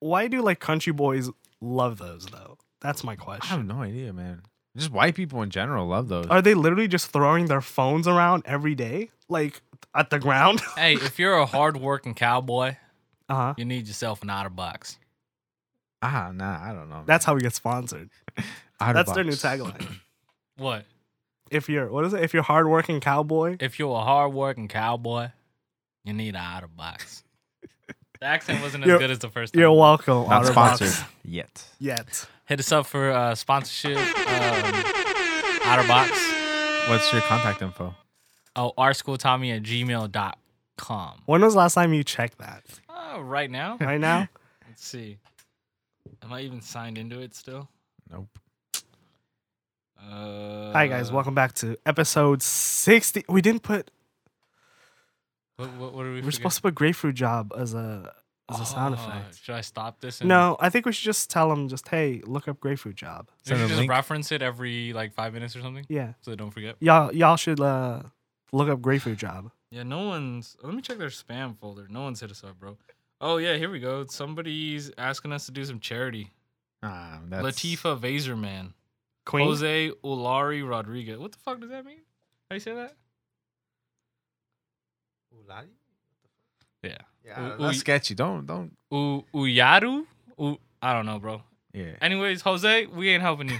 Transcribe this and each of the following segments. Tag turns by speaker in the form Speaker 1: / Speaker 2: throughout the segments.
Speaker 1: why do like country boys love those though? That's my
Speaker 2: I
Speaker 1: question.
Speaker 2: have no idea, man. Just white people in general love those.
Speaker 1: Are they literally just throwing their phones around every day, like at the ground?
Speaker 3: Hey, if you're a hardworking cowboy,
Speaker 1: Uh huh.
Speaker 3: you need yourself an OtterBox.
Speaker 2: Ah, nah, I don't know.
Speaker 1: That's how we get sponsored.
Speaker 2: Outer
Speaker 1: That's their new
Speaker 2: Box.
Speaker 1: tagline.
Speaker 3: What?
Speaker 1: If you're what is it? If you're hardworking cowboy,
Speaker 3: If you're a hardworking cowboy, you need an OtterBox. the accent wasn't as
Speaker 1: You're-
Speaker 3: good as the first time.
Speaker 1: you're welcome.
Speaker 2: Not
Speaker 1: Otterbox.
Speaker 2: sponsored yet.
Speaker 1: yet.
Speaker 3: Hit us up for uh, sponsorship. Um, OtterBox.
Speaker 2: What's your contact info?
Speaker 3: Oh, rschooltommy at gmail.com.
Speaker 1: When was the last time you checked that?
Speaker 3: Oh, right now?
Speaker 1: Right now,
Speaker 3: Let's see. Am I even signed into it still?
Speaker 2: Nope.
Speaker 3: Uh,
Speaker 1: hi guys, welcome back to episode sixty. We didn't put.
Speaker 3: What, what, what are we Oh,
Speaker 1: We are supposed to put grapefruit job as a as a sound effect.
Speaker 3: Should I stop this? And
Speaker 1: No, I think we should just tell them just hey, look up grapefruit job.
Speaker 3: Should
Speaker 2: Send
Speaker 3: we
Speaker 2: a
Speaker 3: just
Speaker 2: link.
Speaker 3: reference it every like five minutes or something
Speaker 1: Yeah,
Speaker 3: so they don't forget?
Speaker 1: y'all y'all should uh, look up grapefruit job.
Speaker 3: Yeah, no one's. Let me check their spam folder. No one's hit us up, bro. Oh, yeah, here we go. Somebody's asking us to do some charity.
Speaker 2: Ah, that's
Speaker 3: Latifa Vaserman.
Speaker 1: Queen.
Speaker 3: Jose Ulari Rodriguez. What the fuck does that mean? How you say that?
Speaker 2: Ulari?
Speaker 3: Yeah.
Speaker 2: Yeah,
Speaker 3: U-
Speaker 2: that's
Speaker 3: Uy-
Speaker 2: sketchy. Don't don't.
Speaker 3: U- Uyaru? U- I don't know, bro.
Speaker 2: Yeah,
Speaker 3: Anyways, Jose, we ain't helping you.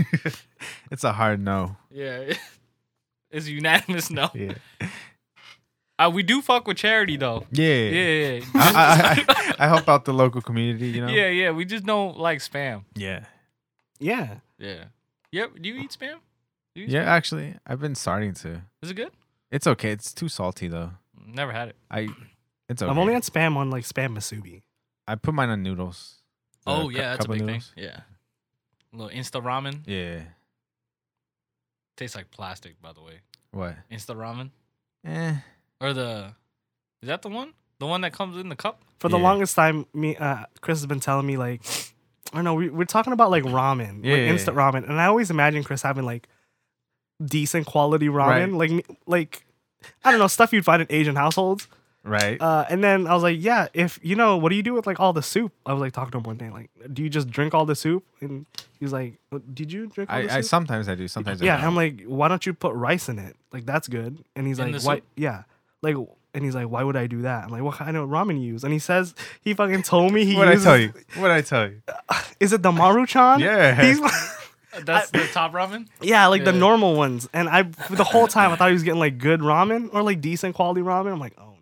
Speaker 2: it's a hard no.
Speaker 3: yeah. It's a unanimous no.
Speaker 2: Yeah,
Speaker 3: Uh, we do fuck with charity, though.
Speaker 2: yeah.
Speaker 3: Yeah, yeah, yeah.
Speaker 2: I, I, I, I help out the local community. You know.
Speaker 3: yeah, yeah. We just don't like spam.
Speaker 2: Yeah.
Speaker 1: Yeah,
Speaker 3: Yeah. Yep. Do you eat spam? Do you eat
Speaker 2: Yeah.
Speaker 3: spam?
Speaker 2: Actually, I've been starting to.
Speaker 3: Is it good?
Speaker 2: It's okay. It's too salty though.
Speaker 3: Never had it.
Speaker 2: I. It's okay.
Speaker 1: I've only had spam on like spam masubi.
Speaker 2: I put mine on noodles. The
Speaker 3: oh
Speaker 2: cu-
Speaker 3: yeah, that's a
Speaker 2: cup of
Speaker 3: big thing.
Speaker 2: noodles.
Speaker 3: Yeah. A little Insta ramen
Speaker 2: Yeah.
Speaker 3: tastes like plastic, by the way.
Speaker 2: What?
Speaker 3: Insta ramen
Speaker 2: Eh.
Speaker 3: or the is that the one? The one that comes in the cup?
Speaker 1: For the
Speaker 2: Yeah.
Speaker 1: longest time, me uh, Chris has been telling me like, I don't know, we, we're talking about like ramen,
Speaker 2: Yeah,
Speaker 1: like
Speaker 2: yeah,
Speaker 1: instant ramen, and I always imagine Chris having like decent quality
Speaker 2: Right.
Speaker 1: ramen, like me- like I don't know stuff you'd find in Asian households.
Speaker 2: Right.
Speaker 1: Uh, and then I was like, yeah, if you know, what do you do with like all the soup? I was like talking to him one day, like, do you just drink all the soup? And he was like, did you drink all the
Speaker 2: I, I
Speaker 1: soup?
Speaker 2: sometimes I do. Sometimes
Speaker 1: yeah,
Speaker 2: I
Speaker 1: and
Speaker 2: don't.
Speaker 1: I'm like, why don't you put rice in it? Like that's good. And he's
Speaker 3: In
Speaker 1: like,
Speaker 3: the
Speaker 1: why?
Speaker 3: soup?
Speaker 1: Yeah, like, and he's like, why would I do that? I'm like, what kind of ramen you use? And he says he fucking told me he
Speaker 2: What I
Speaker 1: uses.
Speaker 2: tell you? What I tell you?
Speaker 1: Is it the maruchan?
Speaker 2: Yeah.
Speaker 1: He's like,
Speaker 3: Uh, That's the top ramen.
Speaker 1: yeah, like the
Speaker 3: Yeah.
Speaker 1: normal ones. And I, for the whole time, I thought he was getting like good ramen or like decent quality ramen. I'm like, oh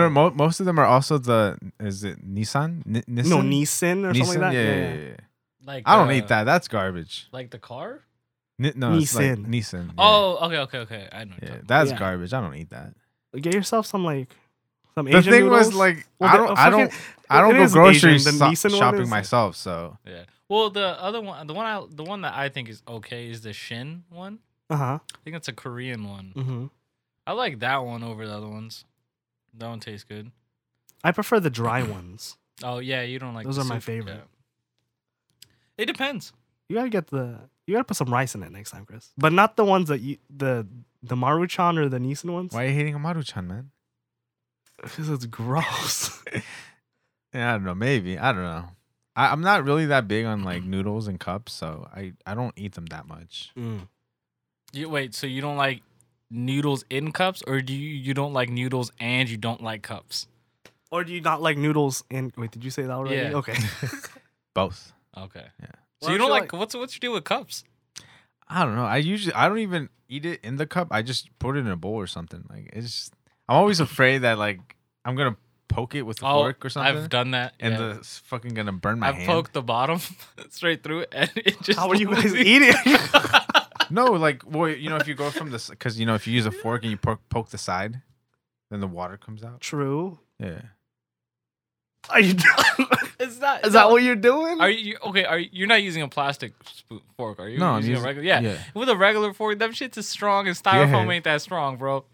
Speaker 1: no,
Speaker 2: no. Mo- most of them are also the. Is it Nissan? N- Nissan?
Speaker 1: no, Nissan or something like that.
Speaker 2: Yeah, yeah, yeah. yeah.
Speaker 3: Like
Speaker 2: I don't
Speaker 3: uh,
Speaker 2: eat that. That's garbage.
Speaker 3: Like the car?
Speaker 2: Ni- no, it's like
Speaker 1: Nissan.
Speaker 2: Nissan. yeah.
Speaker 3: Oh, okay, okay, okay. I know. what you're
Speaker 2: Yeah,
Speaker 3: talking
Speaker 2: that's
Speaker 1: Yeah.
Speaker 2: garbage. I don't eat that.
Speaker 1: Get yourself some like some
Speaker 2: The
Speaker 1: Asian
Speaker 2: thing
Speaker 1: noodles.
Speaker 2: was like
Speaker 1: Well,
Speaker 2: I
Speaker 1: the-
Speaker 2: don't
Speaker 1: a
Speaker 2: I don't
Speaker 1: fucking-
Speaker 2: I
Speaker 1: it
Speaker 2: don't go
Speaker 1: is Asian,
Speaker 2: grocery
Speaker 1: the
Speaker 2: so-
Speaker 1: Nissan one
Speaker 2: shopping
Speaker 1: is-
Speaker 2: myself. So
Speaker 3: about. Yeah. Well, the other one, the one I, the one that I think is okay is the Shin one.
Speaker 1: uh huh.
Speaker 3: I think that's a Korean one.
Speaker 1: hmm
Speaker 3: I like that one over the other ones. That one tastes good.
Speaker 1: I prefer the dry ones.
Speaker 3: Oh yeah, you don't like
Speaker 1: Those
Speaker 3: the
Speaker 1: are my
Speaker 3: soup.
Speaker 1: favorite.
Speaker 3: Yeah. It depends.
Speaker 1: You gotta get the you gotta put some rice in it next time, Chris. But not the ones that you the the maruchan or the Nissan ones.
Speaker 2: why are you hating on Maruchan, man?
Speaker 1: Because it's gross.
Speaker 2: Yeah, I don't know. Maybe I don't know. I, I'm not really that big on like noodles and cups, so I I don't eat them that much.
Speaker 1: Mm.
Speaker 3: You wait, so you don't like noodles in cups, or do you you don't like noodles and you don't like cups?
Speaker 1: Or do you not like noodles in wait, did you say that already?
Speaker 3: Yeah.
Speaker 1: Okay.
Speaker 2: Both.
Speaker 3: Okay.
Speaker 2: Yeah.
Speaker 3: So
Speaker 1: Well,
Speaker 3: you
Speaker 1: I
Speaker 3: don't
Speaker 1: feel
Speaker 3: like,
Speaker 1: like-
Speaker 3: what's what's your deal with cups?
Speaker 2: I don't know. I usually I don't even eat it in the cup. I just put it in a bowl or something. Like it's just, I'm always afraid that like I'm gonna poke it with a fork or something,
Speaker 3: Oh, I've done that.
Speaker 2: and
Speaker 3: yeah.
Speaker 2: the it's fucking gonna burn my
Speaker 3: I've
Speaker 2: hand.
Speaker 3: poked the bottom straight through, it, and it just.
Speaker 1: How are you guys eating?
Speaker 2: No, like well, you know, if you go from this, because you know, if you use a fork and you poke, poke the side, then the water comes out.
Speaker 1: True.
Speaker 2: Yeah.
Speaker 1: Are you
Speaker 3: It's not.
Speaker 1: Is that what you're doing?
Speaker 3: Are you okay? Are you, you're not using a plastic spoon, fork? Are you
Speaker 2: No, I'm
Speaker 3: using,
Speaker 2: using-
Speaker 3: a regular? Yeah.
Speaker 2: yeah.
Speaker 3: With a regular fork, them shit's as strong and styrofoam
Speaker 2: Yeah.
Speaker 3: ain't that strong, bro.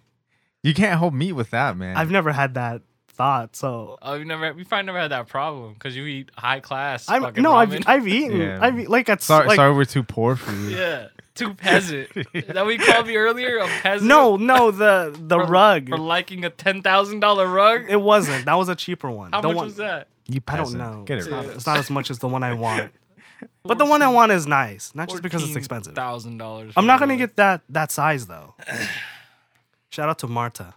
Speaker 2: You can't hold meat with that, man.
Speaker 1: I've never had that thought, so
Speaker 3: Oh, you never. We probably never had that problem because you eat high class.
Speaker 1: I'm
Speaker 3: fucking
Speaker 1: no, I've
Speaker 3: ramen.
Speaker 1: I've eaten.
Speaker 2: Yeah.
Speaker 1: I've e- like at
Speaker 2: sorry,
Speaker 1: like
Speaker 2: sorry, we're too poor for you.
Speaker 3: yeah, too peasant. that we called me earlier a peasant.
Speaker 1: no, no, the the
Speaker 3: for,
Speaker 1: rug.
Speaker 3: for liking a ten thousand dollar rug.
Speaker 1: It wasn't. That was a cheaper one.
Speaker 3: How
Speaker 1: the
Speaker 3: much
Speaker 1: one,
Speaker 3: was that?
Speaker 2: You
Speaker 1: I don't
Speaker 2: peasant.
Speaker 1: know.
Speaker 2: Get
Speaker 1: it's,
Speaker 2: it
Speaker 1: not,
Speaker 2: right.
Speaker 1: it's not as much as the one I want. But the one I want is nice, not just because it's expensive.
Speaker 3: Thousand dollars.
Speaker 1: I'm not gonna get that that size though. Shout out to Marta.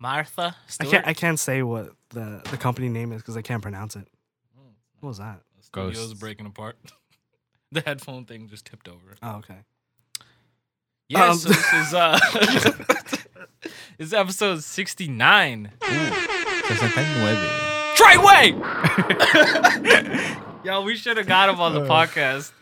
Speaker 3: Martha.
Speaker 1: I
Speaker 3: Stewart?
Speaker 1: can't I can't say what the, the company name is because I can't pronounce it. What was that?
Speaker 3: The Studio's
Speaker 2: Ghosts.
Speaker 3: breaking apart. the headphone thing just tipped over.
Speaker 1: Oh, okay.
Speaker 3: Yeah,
Speaker 1: Um,
Speaker 3: so this is uh, this is episode sixty nine.
Speaker 2: 69.
Speaker 3: Treyway. Yo, we should have got him on
Speaker 1: Uh.
Speaker 3: the podcast.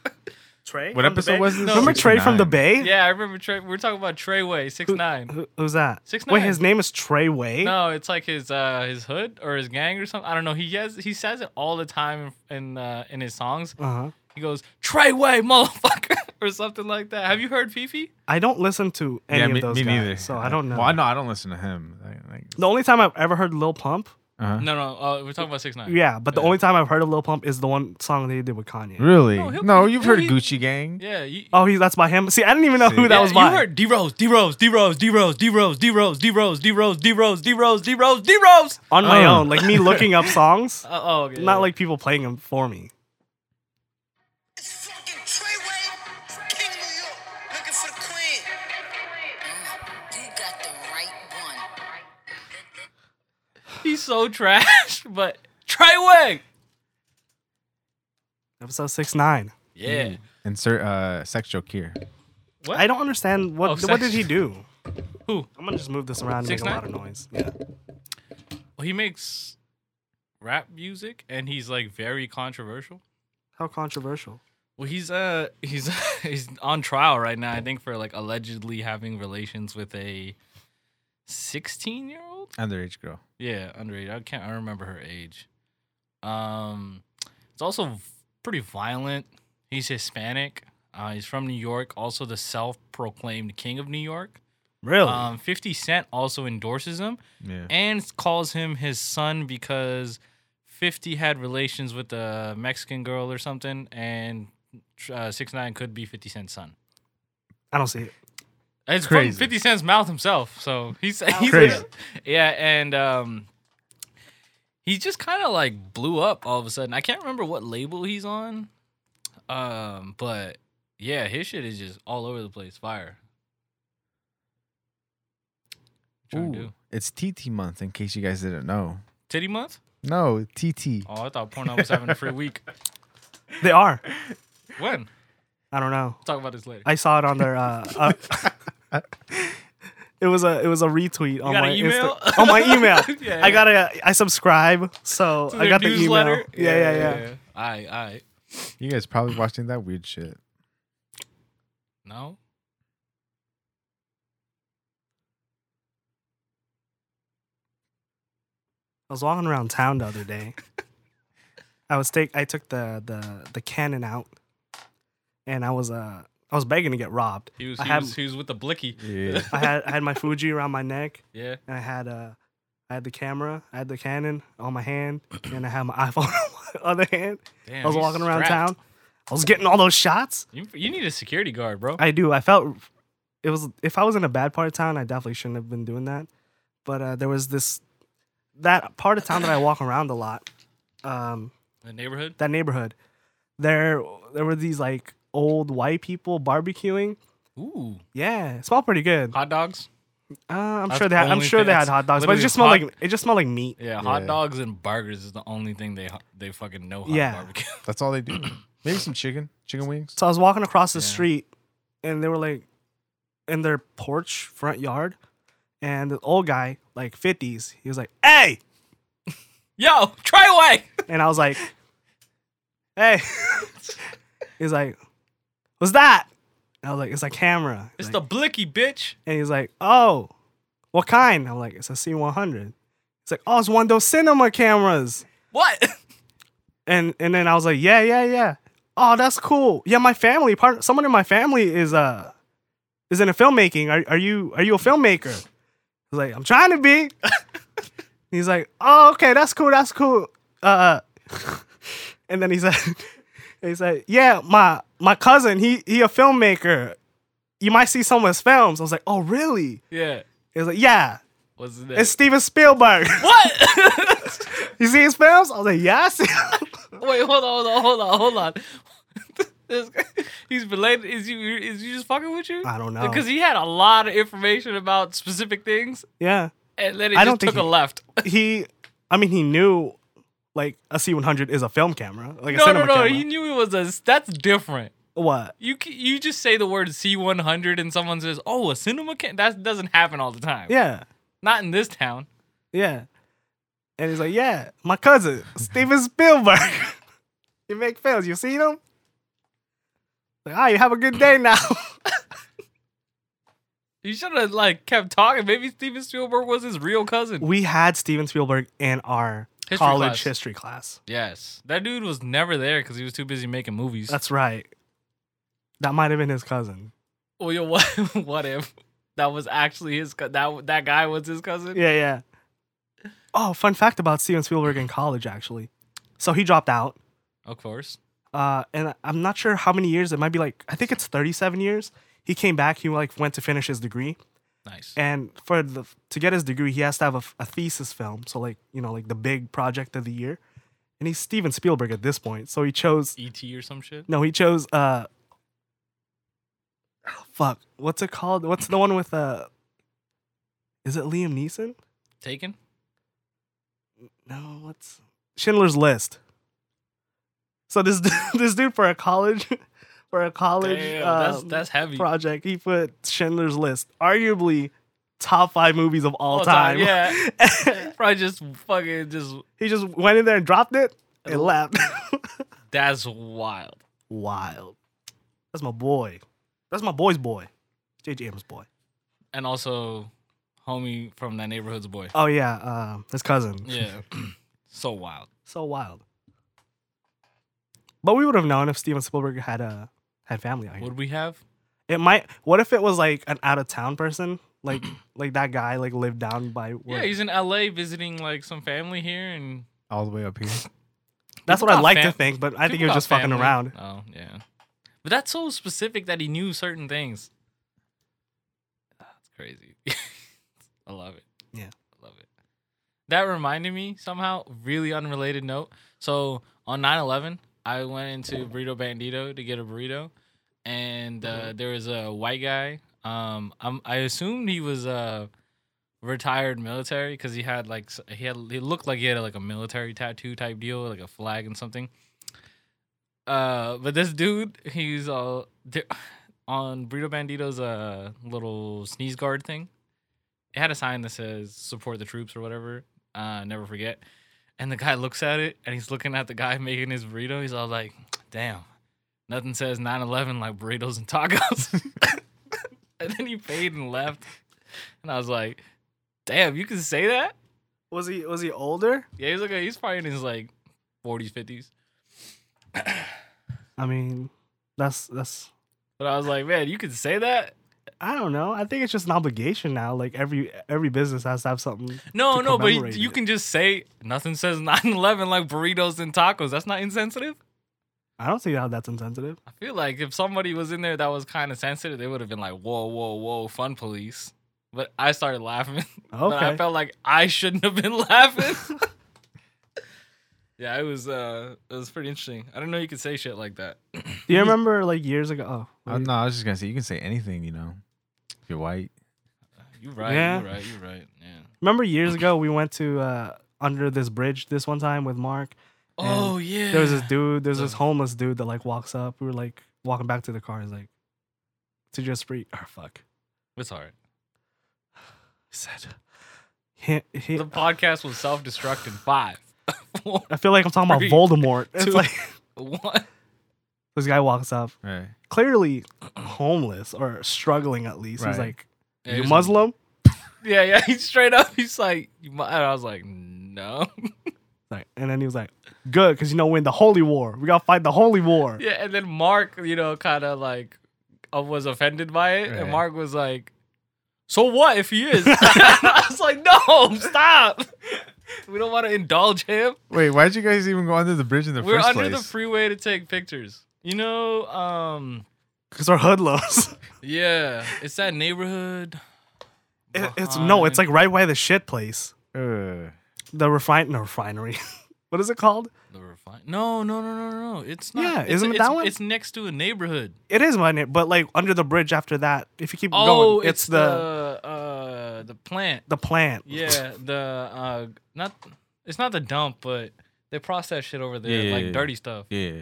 Speaker 1: Trey.
Speaker 2: What episode was this?
Speaker 1: Remember Trey from the
Speaker 2: 69.
Speaker 1: Bay?
Speaker 3: Yeah, I remember Trey. We are talking about Treyway six nine.
Speaker 1: Who, who's that?
Speaker 3: 6ix9ine.
Speaker 1: Wait, his name is Trey Way.
Speaker 3: No, it's like his uh his hood or his gang or something. I don't know. He has he says it all the time in uh, in his songs.
Speaker 1: Uh
Speaker 2: Uh-huh.
Speaker 1: huh.
Speaker 3: He goes Treyway motherfucker or something like that. Have you heard Fifi?
Speaker 1: I don't listen to any
Speaker 2: yeah,
Speaker 1: of
Speaker 2: me,
Speaker 1: those
Speaker 2: me
Speaker 1: guys,
Speaker 2: neither.
Speaker 1: so I don't know.
Speaker 2: Well, I know I don't listen to him. Like, like,
Speaker 1: The only time I've ever heard Lil Pump,
Speaker 2: uh-huh.
Speaker 3: No, no. Uh, we're talking about six nine.
Speaker 1: yeah, but the
Speaker 3: Yeah.
Speaker 1: only time I've heard of Lil Pump is the one song they did with Kanye.
Speaker 2: Really?
Speaker 3: No,
Speaker 2: No,
Speaker 3: he'll-
Speaker 2: you've
Speaker 3: he'll-
Speaker 2: heard
Speaker 3: he-
Speaker 2: Gucci Gang.
Speaker 3: Yeah. You,
Speaker 1: Oh, he that's by him. See, I didn't even know
Speaker 2: See?
Speaker 1: who that
Speaker 2: Yeah,
Speaker 1: was by.
Speaker 3: You heard D Rose, D Rose, D Rose, D Rose, D Rose, D Rose, D Rose, D Rose, D Rose, D Rose, D Rose, D Rose.
Speaker 1: on my
Speaker 2: Oh.
Speaker 1: own, like me looking up songs,
Speaker 3: Uh, oh, okay.
Speaker 1: not like people playing them for me.
Speaker 4: It's fucking Treyway, King New York, looking for the queen. Mm, You got the right one.
Speaker 3: he's so trash, but Treyway.
Speaker 1: Episode six nine.
Speaker 3: Yeah.
Speaker 1: Mm.
Speaker 2: Insert uh, sex joke here.
Speaker 3: What?
Speaker 1: I don't understand what
Speaker 3: Oh,
Speaker 1: what did
Speaker 3: sex-
Speaker 1: he do.
Speaker 3: Who?
Speaker 1: I'm gonna just move this around and make a
Speaker 3: 6ix9ine?
Speaker 1: lot of noise. Yeah.
Speaker 3: Well, he makes rap music, and he's like very controversial.
Speaker 1: How controversial.
Speaker 3: Well, he's uh he's he's on trial right now. I think for like allegedly having relations with a sixteen year old.
Speaker 2: Underage girl.
Speaker 3: Yeah, underage. I can't. I don't remember her age. Um, it's also v- pretty violent. He's Hispanic. Uh, he's from New York. Also, the self-proclaimed king of New York.
Speaker 1: Really?
Speaker 3: Um, Fifty Cent also endorses him
Speaker 2: Yeah.
Speaker 3: and calls him his son because Fifty had relations with a Mexican girl or something, and uh, Six Nine could be Fifty Cent's son.
Speaker 1: I don't see it.
Speaker 3: It's
Speaker 2: Crazy.
Speaker 3: from 50 Cent's mouth himself. So he's, he's
Speaker 2: Crazy.
Speaker 3: Yeah, and um he just kind of like blew up all of a sudden. I can't remember what label he's on. Um but yeah, his shit is just all over the place. Fire. Trying to do.
Speaker 2: Ooh, it's TT month, in case you guys didn't know.
Speaker 3: Titty month?
Speaker 2: No, TT.
Speaker 3: Oh, I thought Pornhub was having a free week.
Speaker 1: They are.
Speaker 3: When?
Speaker 1: I don't know.
Speaker 3: Talk about this later.
Speaker 1: I saw it on their. Uh, uh, it was a it was a retweet on
Speaker 3: got
Speaker 1: my
Speaker 3: an email?
Speaker 1: Insta- on my email.
Speaker 3: Yeah,
Speaker 1: I
Speaker 3: yeah.
Speaker 1: got a I subscribe, so I
Speaker 3: Their
Speaker 1: got the email.
Speaker 3: newsletter?
Speaker 1: Yeah, yeah, yeah.
Speaker 3: I, I.
Speaker 2: You guys probably watching that weird shit.
Speaker 3: No.
Speaker 1: I was walking around town the other day. I was take I took the the the cannon out, and I was uh I was begging to get robbed.
Speaker 3: He was
Speaker 1: I
Speaker 3: he,
Speaker 1: had-
Speaker 3: was he was with the blicky.
Speaker 2: Yeah.
Speaker 1: I had I had my Fuji around my neck,
Speaker 3: Yeah.
Speaker 1: and I had uh I had the camera, I had the cannon on my hand, and I had my iPhone on my other hand.
Speaker 3: Damn.
Speaker 1: I was
Speaker 3: he's
Speaker 1: walking around
Speaker 3: strapped.
Speaker 1: town. I was getting all those shots.
Speaker 3: You, you need a security guard, bro.
Speaker 1: I do. I felt it was if I was in a bad part of town, I definitely shouldn't have been doing that. But uh, there was this that part of town that I walk around a lot. Um,
Speaker 3: the neighborhood.
Speaker 1: that neighborhood. There there were these like old white people barbecuing.
Speaker 3: Ooh,
Speaker 1: Yeah, it smelled pretty good. Uh,
Speaker 3: hot dogs.
Speaker 1: I'm
Speaker 3: That's
Speaker 1: sure they had,
Speaker 3: the
Speaker 1: I'm
Speaker 3: only
Speaker 1: sure
Speaker 3: thing-
Speaker 1: they had
Speaker 3: it's
Speaker 1: hot dogs, but it
Speaker 3: literally
Speaker 1: just smelled
Speaker 3: hot-
Speaker 1: like it just smelled like meat.
Speaker 3: Yeah, hot
Speaker 2: Yeah.
Speaker 3: dogs and burgers is the only thing they they fucking know how
Speaker 1: Yeah.
Speaker 3: to barbecue.
Speaker 2: That's all they do. Maybe some chicken, chicken wings.
Speaker 1: So I was walking across the
Speaker 3: Yeah.
Speaker 1: street, and they were like in their porch front yard, and the old guy like 50s, he was like, "Hey,"
Speaker 3: Yo, try away.
Speaker 1: and I was like, "Hey," he's like, "What's that?" And I was like, "It's a camera."
Speaker 3: It's
Speaker 1: Like-
Speaker 3: the blicky bitch.
Speaker 1: And he's like, oh, what kind? I'm like, it's a C100. He's like, oh, it's one of those cinema cameras.
Speaker 3: What?
Speaker 1: And and then I was like, yeah, yeah, yeah. Oh, that's cool. Yeah, my family, part someone in my family is uh is into filmmaking. Are are you are you a filmmaker? He's like, I'm trying to be. he's like, oh, okay, that's cool, that's cool. Uh, and then he said, he said, yeah, my my cousin, he he a filmmaker. You might see some of his films. I was like, oh, really?
Speaker 3: Yeah.
Speaker 1: It was like, yeah,
Speaker 3: What's his name?
Speaker 1: it's Steven Spielberg.
Speaker 3: what?
Speaker 1: You see his films? I was like, yeah, I see. 'em."
Speaker 3: Wait, hold on, hold on, hold on, hold on. This guy- He's related. Is you is you just fucking with you?
Speaker 1: I don't know.
Speaker 3: Because he had a lot of information about specific things,
Speaker 1: yeah.
Speaker 3: and then it
Speaker 1: I
Speaker 3: just
Speaker 1: don't
Speaker 3: took
Speaker 1: think
Speaker 3: a
Speaker 1: he-
Speaker 3: left.
Speaker 1: He, I mean, he knew like a C100 is a film camera, like a
Speaker 3: No, no,
Speaker 1: cinema
Speaker 3: no.
Speaker 1: camera.
Speaker 3: He knew it was a. That's different.
Speaker 1: what?
Speaker 3: You c- you just say the word C one hundred, and someone says, "Oh, a cinema can." That doesn't happen all the time.
Speaker 1: Yeah,
Speaker 3: Not in this town.
Speaker 1: yeah. And he's like, yeah, my cousin, Steven Spielberg. you make films. You seen him? Like, ah, you have a good day now.
Speaker 3: You should have like kept talking. Maybe Steven Spielberg was his real cousin.
Speaker 1: we had Steven Spielberg in our
Speaker 3: History
Speaker 1: college
Speaker 3: class.
Speaker 1: history class.
Speaker 3: Yes, that dude was never there because he was too busy making movies.
Speaker 1: That's right. That might have been his cousin.
Speaker 3: Well, yo, what, what if that was actually his co- that that guy was his cousin?
Speaker 1: Yeah, yeah. Oh, fun fact about Steven Spielberg in college, actually. So he dropped out.
Speaker 3: Of course.
Speaker 1: uh, and I'm not sure how many years. It might be like I think it's 37 years. He came back. He like went to finish his degree,
Speaker 3: Nice.
Speaker 1: and for the to get his degree, he has to have a, a thesis film. So like you know like the big project of the year, and he's Steven Spielberg at this point. So he chose
Speaker 3: E.T. E or some shit.
Speaker 1: no, he chose uh, oh, fuck, what's it called? What's the one with uh, is it Liam Neeson?
Speaker 3: Taken.
Speaker 1: No, what's Schindler's List? So this this dude for a college for a college
Speaker 3: Damn, that's
Speaker 1: um,
Speaker 3: that's heavy.
Speaker 1: project, he put Schindler's List, arguably top five movies of all,
Speaker 3: All
Speaker 1: time.
Speaker 3: time, yeah. Probably just fucking just.
Speaker 1: he just went in there and dropped it and left.
Speaker 3: That's wild.
Speaker 1: Wild. That's my boy. That's my boy's boy. JJ Abrams' boy.
Speaker 3: And also, homie from that neighborhood's boy.
Speaker 1: Oh yeah, uh, his cousin.
Speaker 3: Yeah. so wild.
Speaker 1: So wild. But we would have known if Steven Spielberg had a had family out here.
Speaker 3: Would we have?
Speaker 1: It might. What if it was like an out of town person, like like that guy, like lived down by.
Speaker 3: Yeah,
Speaker 1: Where,
Speaker 3: he's in L.A. visiting like some family here, and
Speaker 2: all the way up here.
Speaker 1: that's
Speaker 3: people
Speaker 1: what I
Speaker 3: got
Speaker 1: like to
Speaker 3: fam-
Speaker 1: think, but I think
Speaker 3: People
Speaker 1: he was
Speaker 3: got
Speaker 1: just fucking
Speaker 3: family.
Speaker 1: around.
Speaker 3: Oh yeah, but that's so specific that he knew certain things. That's crazy. I love it.
Speaker 1: Yeah.
Speaker 3: I love it. That reminded me somehow. Really unrelated note. So on 9-11, I went into Burrito Bandito to get a burrito, and uh,
Speaker 1: Mm-hmm.
Speaker 3: there was a white guy. Um, I'm, I assumed he was uh retired military because he had like s- he had he looked like he had like a military tattoo type deal, like a flag and something. Uh, but this dude, he's uh there, on Burrito Bandito's uh little sneeze guard thing. It had a sign that says "Support the troops" or whatever. Uh, never forget. And the guy looks at it, and he's looking at the guy making his burrito. He's all like, "Damn, nothing says 9/11 like burritos and tacos." and then he paid and left. And I was like, "Damn, you can say that."
Speaker 1: Was he was he older?
Speaker 3: Yeah, he's like a, he's probably in his like 40s, 50s.
Speaker 1: I mean, that's that's.
Speaker 3: But I was like, "Man, you can say that."
Speaker 1: I don't know. I think it's just an obligation now. Like every every business has to have something.
Speaker 3: No,
Speaker 1: to
Speaker 3: no, but you,
Speaker 1: commemorate
Speaker 3: you
Speaker 1: it.
Speaker 3: can just say nothing says 9/11 like burritos and tacos. That's not insensitive.
Speaker 1: I don't see how that's insensitive.
Speaker 3: I feel like if somebody was in there that was kind of sensitive, they would have been like, "Whoa, whoa, whoa, fun police." But I started laughing. But I
Speaker 1: Okay.
Speaker 3: felt like I shouldn't have been laughing. yeah, it was uh it was pretty interesting. I didn't know you could say shit like that.
Speaker 1: Do you remember like years ago? Oh,
Speaker 2: Uh, no, I was just gonna say you can say anything, you know. If You're white.
Speaker 3: You right,
Speaker 1: Yeah.
Speaker 3: you right, you right. Yeah.
Speaker 1: remember years ago we went to uh, under this bridge this one time with Mark. And
Speaker 3: Oh yeah.
Speaker 1: There was this dude. There's
Speaker 3: The-
Speaker 1: this homeless dude that like walks up. We were like walking back to the car. He's like, "To your street." Oh fuck.
Speaker 3: It's alright.
Speaker 1: He said, he, he,
Speaker 3: The podcast was self-destruct in five, four,
Speaker 1: I feel like I'm talking about
Speaker 3: Three,
Speaker 1: Voldemort. It's
Speaker 3: two.
Speaker 1: like
Speaker 3: one.
Speaker 1: this guy walks up,
Speaker 2: Right.
Speaker 1: clearly homeless or struggling at least. He's
Speaker 2: Right.
Speaker 1: like,
Speaker 3: Yeah,
Speaker 1: "You
Speaker 3: he's-
Speaker 1: Muslim?"
Speaker 3: Yeah, yeah. He's straight up. He's like, you mu- and I was like, no.
Speaker 1: Like, and then he was like, "Good, because you know we're in the holy war. We gotta fight the holy war."
Speaker 3: Yeah, and then Mark, you know, kind of like uh, was offended by it, and
Speaker 2: Right.
Speaker 3: Mark was like, so what if he is? I was like, no, stop. We don't want to indulge him.
Speaker 2: Wait, why'd you guys even go under the bridge in the
Speaker 3: We're
Speaker 2: first
Speaker 3: under the
Speaker 2: place?
Speaker 3: freeway to take pictures. You know, um,
Speaker 1: Because our hoodlums.
Speaker 3: yeah, it's that neighborhood.
Speaker 1: It- it's no,
Speaker 3: Behind-
Speaker 1: it's like right by the shit place.
Speaker 2: Ugh.
Speaker 1: the refine no, refinery. what is it called?
Speaker 3: The refine. No, no, no, no, no, no. It's not.
Speaker 1: Yeah,
Speaker 3: it's,
Speaker 1: isn't it
Speaker 3: it's-
Speaker 1: that one?
Speaker 3: It's next to a neighborhood.
Speaker 1: It is my name, but like under the bridge after that, if you keep
Speaker 3: Oh,
Speaker 1: going,
Speaker 3: it's, the, uh the plant.
Speaker 1: the plant.
Speaker 3: Yeah, the uh not. It's not the dump, but they process shit over there,
Speaker 2: Yeah, yeah,
Speaker 3: like
Speaker 2: yeah.
Speaker 3: dirty stuff.
Speaker 2: Yeah, yeah, yeah.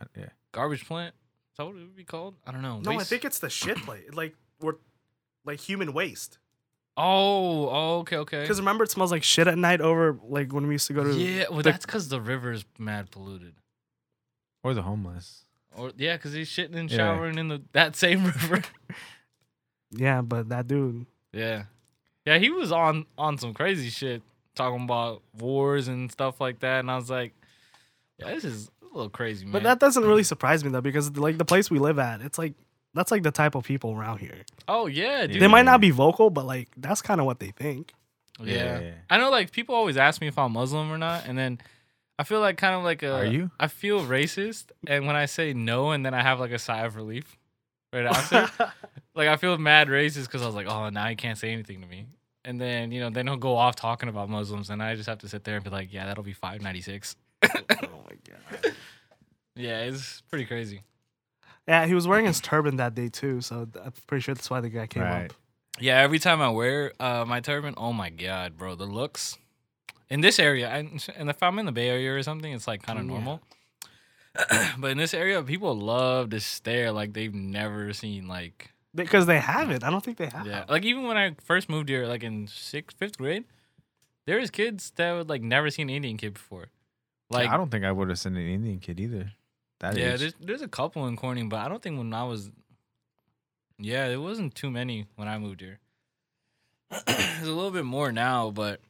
Speaker 2: Uh, yeah.
Speaker 3: Garbage plant. Is that what it would be called? I don't know.
Speaker 1: No, I
Speaker 3: Waste-
Speaker 1: think it's the shit plate. Like we're like human waste.
Speaker 3: Oh, oh, okay, okay.
Speaker 1: Because remember, it smells like shit at night over like when we used to go to.
Speaker 3: Yeah, well,
Speaker 1: the-
Speaker 3: that's because the river's mad polluted.
Speaker 2: Or the homeless.
Speaker 3: Or yeah, because he's shitting and
Speaker 2: Yeah.
Speaker 3: showering in the that same river.
Speaker 1: Yeah, but that dude.
Speaker 3: yeah, yeah, he was on on some crazy shit talking about wars and stuff like that, and I was like, yeah, this is a little crazy, man.
Speaker 1: But that doesn't really surprise me though, because like the place we live at, it's like that's like the type of people around here.
Speaker 3: oh yeah, dude.
Speaker 1: They might not be vocal, but like that's kind of what they think.
Speaker 3: Yeah.
Speaker 2: Yeah.
Speaker 3: I know like people always ask me if I'm Muslim or not, and then I feel like kind of like a
Speaker 2: Are you?
Speaker 3: I feel racist, and when I say no, and then I have like a sigh of relief right after. like I feel mad racist because I was like, oh, now he can't say anything to me. And then you know, then he'll go off talking about Muslims, and I just have to sit there and be like, yeah, that'll be five ninety six.
Speaker 1: oh my god.
Speaker 3: Yeah, it's pretty crazy.
Speaker 1: Yeah, he was wearing his turban that day too, so th- I'm pretty sure that's why the guy came
Speaker 2: Right.
Speaker 1: up.
Speaker 3: Yeah, every time I wear uh, my turban, oh my god, bro, the looks in this area, and, and if I'm in the Bay Area or something, it's like kind of
Speaker 2: Mm,
Speaker 1: Yeah.
Speaker 3: normal. but in this area, people love to stare like they've never seen like
Speaker 1: Because they have it. I don't think they
Speaker 2: Ah.
Speaker 1: have.
Speaker 3: yeah, like even when I first moved here, like in sixth, fifth grade, there was kids that would like never seen an Indian kid before. Like
Speaker 2: Like, I don't think I would have sent an Indian kid either. That
Speaker 3: yeah,
Speaker 2: age.
Speaker 3: there's there's a couple in Corning, but I don't think when I was yeah, there wasn't too many when I moved here. there's a little bit more now, but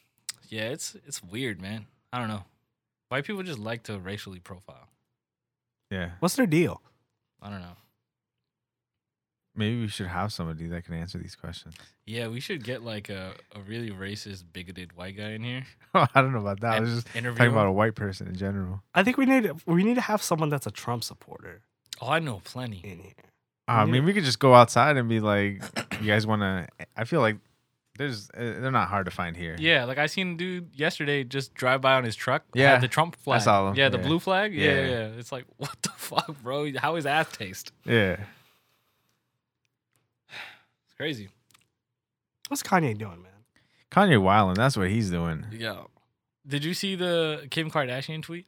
Speaker 3: yeah, it's it's weird, man. I don't know. White people just like to racially profile.
Speaker 2: yeah.
Speaker 1: What's their deal?
Speaker 3: I don't know.
Speaker 2: Maybe we should have somebody that can answer these questions.
Speaker 3: Yeah, we should get like a, a really racist, bigoted white guy in here.
Speaker 2: I don't know about that. I
Speaker 3: and
Speaker 2: was just
Speaker 3: interview
Speaker 2: talking about
Speaker 3: him.
Speaker 2: a white person in general.
Speaker 1: I think we need we need to have someone that's a Trump supporter
Speaker 3: Oh, I know plenty.
Speaker 1: in here.
Speaker 2: Uh, I
Speaker 1: Yeah.
Speaker 2: mean, we could just go outside and be like, "You guys want to?" I feel like there's uh, they're not hard to find here.
Speaker 3: Yeah, like I seen a dude yesterday just drive by on his truck. had
Speaker 2: Yeah,
Speaker 3: the Trump flag.
Speaker 2: saw him,
Speaker 3: Yeah, the
Speaker 2: yeah.
Speaker 3: blue flag. Yeah,
Speaker 2: Yeah.
Speaker 3: yeah, yeah. It's like what the fuck, bro? How is ass taste?
Speaker 2: yeah.
Speaker 3: It's crazy.
Speaker 1: What's Kanye doing, man?
Speaker 2: Kanye Wildin, that's what he's doing.
Speaker 3: Yeah. Did you see the Kim Kardashian tweet?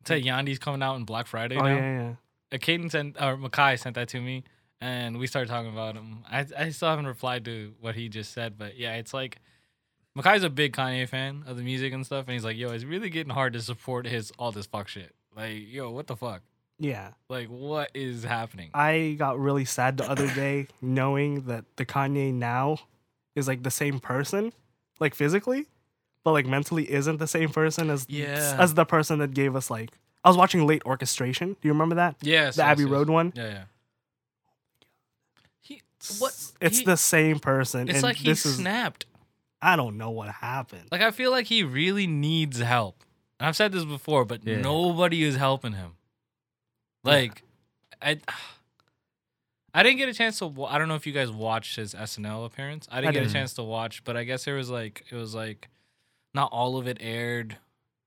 Speaker 3: It's that Yandi's coming out in Black Friday
Speaker 1: Oh
Speaker 3: now.
Speaker 1: yeah, yeah.
Speaker 3: Uh, Caden sent or Makai sent that to me, and we started talking about him. I I still haven't replied to what he just said, but yeah, it's like Makai's a big Kanye fan of the music and stuff, and he's like, "Yo, it's really getting hard to support his all this fuck shit. Like, yo, what the fuck?
Speaker 1: Yeah.
Speaker 3: Like, what is happening?"
Speaker 1: I got really sad the other day knowing that the Kanye now is like the same person, like physically, but like mentally isn't the same person as
Speaker 3: Yeah.
Speaker 1: as the person that gave us like I was watching Late Orchestration. Do you remember that?
Speaker 3: yes,
Speaker 1: the
Speaker 3: yes,
Speaker 1: Abbey
Speaker 3: yes.
Speaker 1: Road one.
Speaker 3: Yeah, yeah. He what?
Speaker 1: It's
Speaker 3: he-
Speaker 1: the same person.
Speaker 3: It's
Speaker 1: and
Speaker 3: like he
Speaker 1: this is
Speaker 3: snapped.
Speaker 1: I don't know what happened.
Speaker 3: Like I feel like he really needs help. And I've said this before, but
Speaker 2: Yeah.
Speaker 3: nobody is helping him. Like, I, I didn't get a chance to. wa- I don't know if you guys watched his SNL appearance. I didn't
Speaker 1: I
Speaker 3: get
Speaker 1: didn't.
Speaker 3: a chance to watch, but I guess there was like it was like, not all of it aired.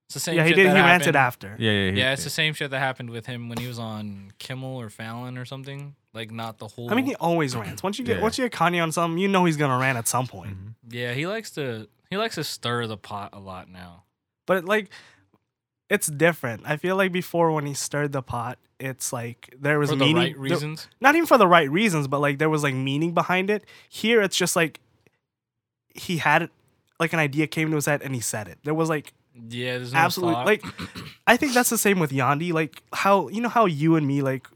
Speaker 3: It's the same.
Speaker 1: yeah, he
Speaker 3: shit
Speaker 1: did. He
Speaker 3: that
Speaker 1: ranted
Speaker 3: happened.
Speaker 1: after.
Speaker 2: Yeah, yeah, he-
Speaker 3: Yeah, it's the same shit that happened with him when he was on Kimmel or Fallon or something. Like not the whole.
Speaker 1: I mean, he always rants. Once you get
Speaker 2: Yeah.
Speaker 1: once you get Kanye on something, you know he's gonna rant at some point.
Speaker 2: Mhm.
Speaker 3: yeah, he likes to he likes to stir the pot a lot now.
Speaker 1: but like it's different. I feel like before when he stirred the pot, it's like there was
Speaker 3: For the
Speaker 1: meaning,
Speaker 3: right
Speaker 1: there-
Speaker 3: reasons.
Speaker 1: not even for the right reasons, but like there was like meaning behind it. Here, it's just like he had it, like an idea came to his head and he said it. There was like
Speaker 3: Yeah, there's no
Speaker 1: absolutely
Speaker 3: thought.
Speaker 1: like I think that's the same with Yandi. Like how you know how you and me like,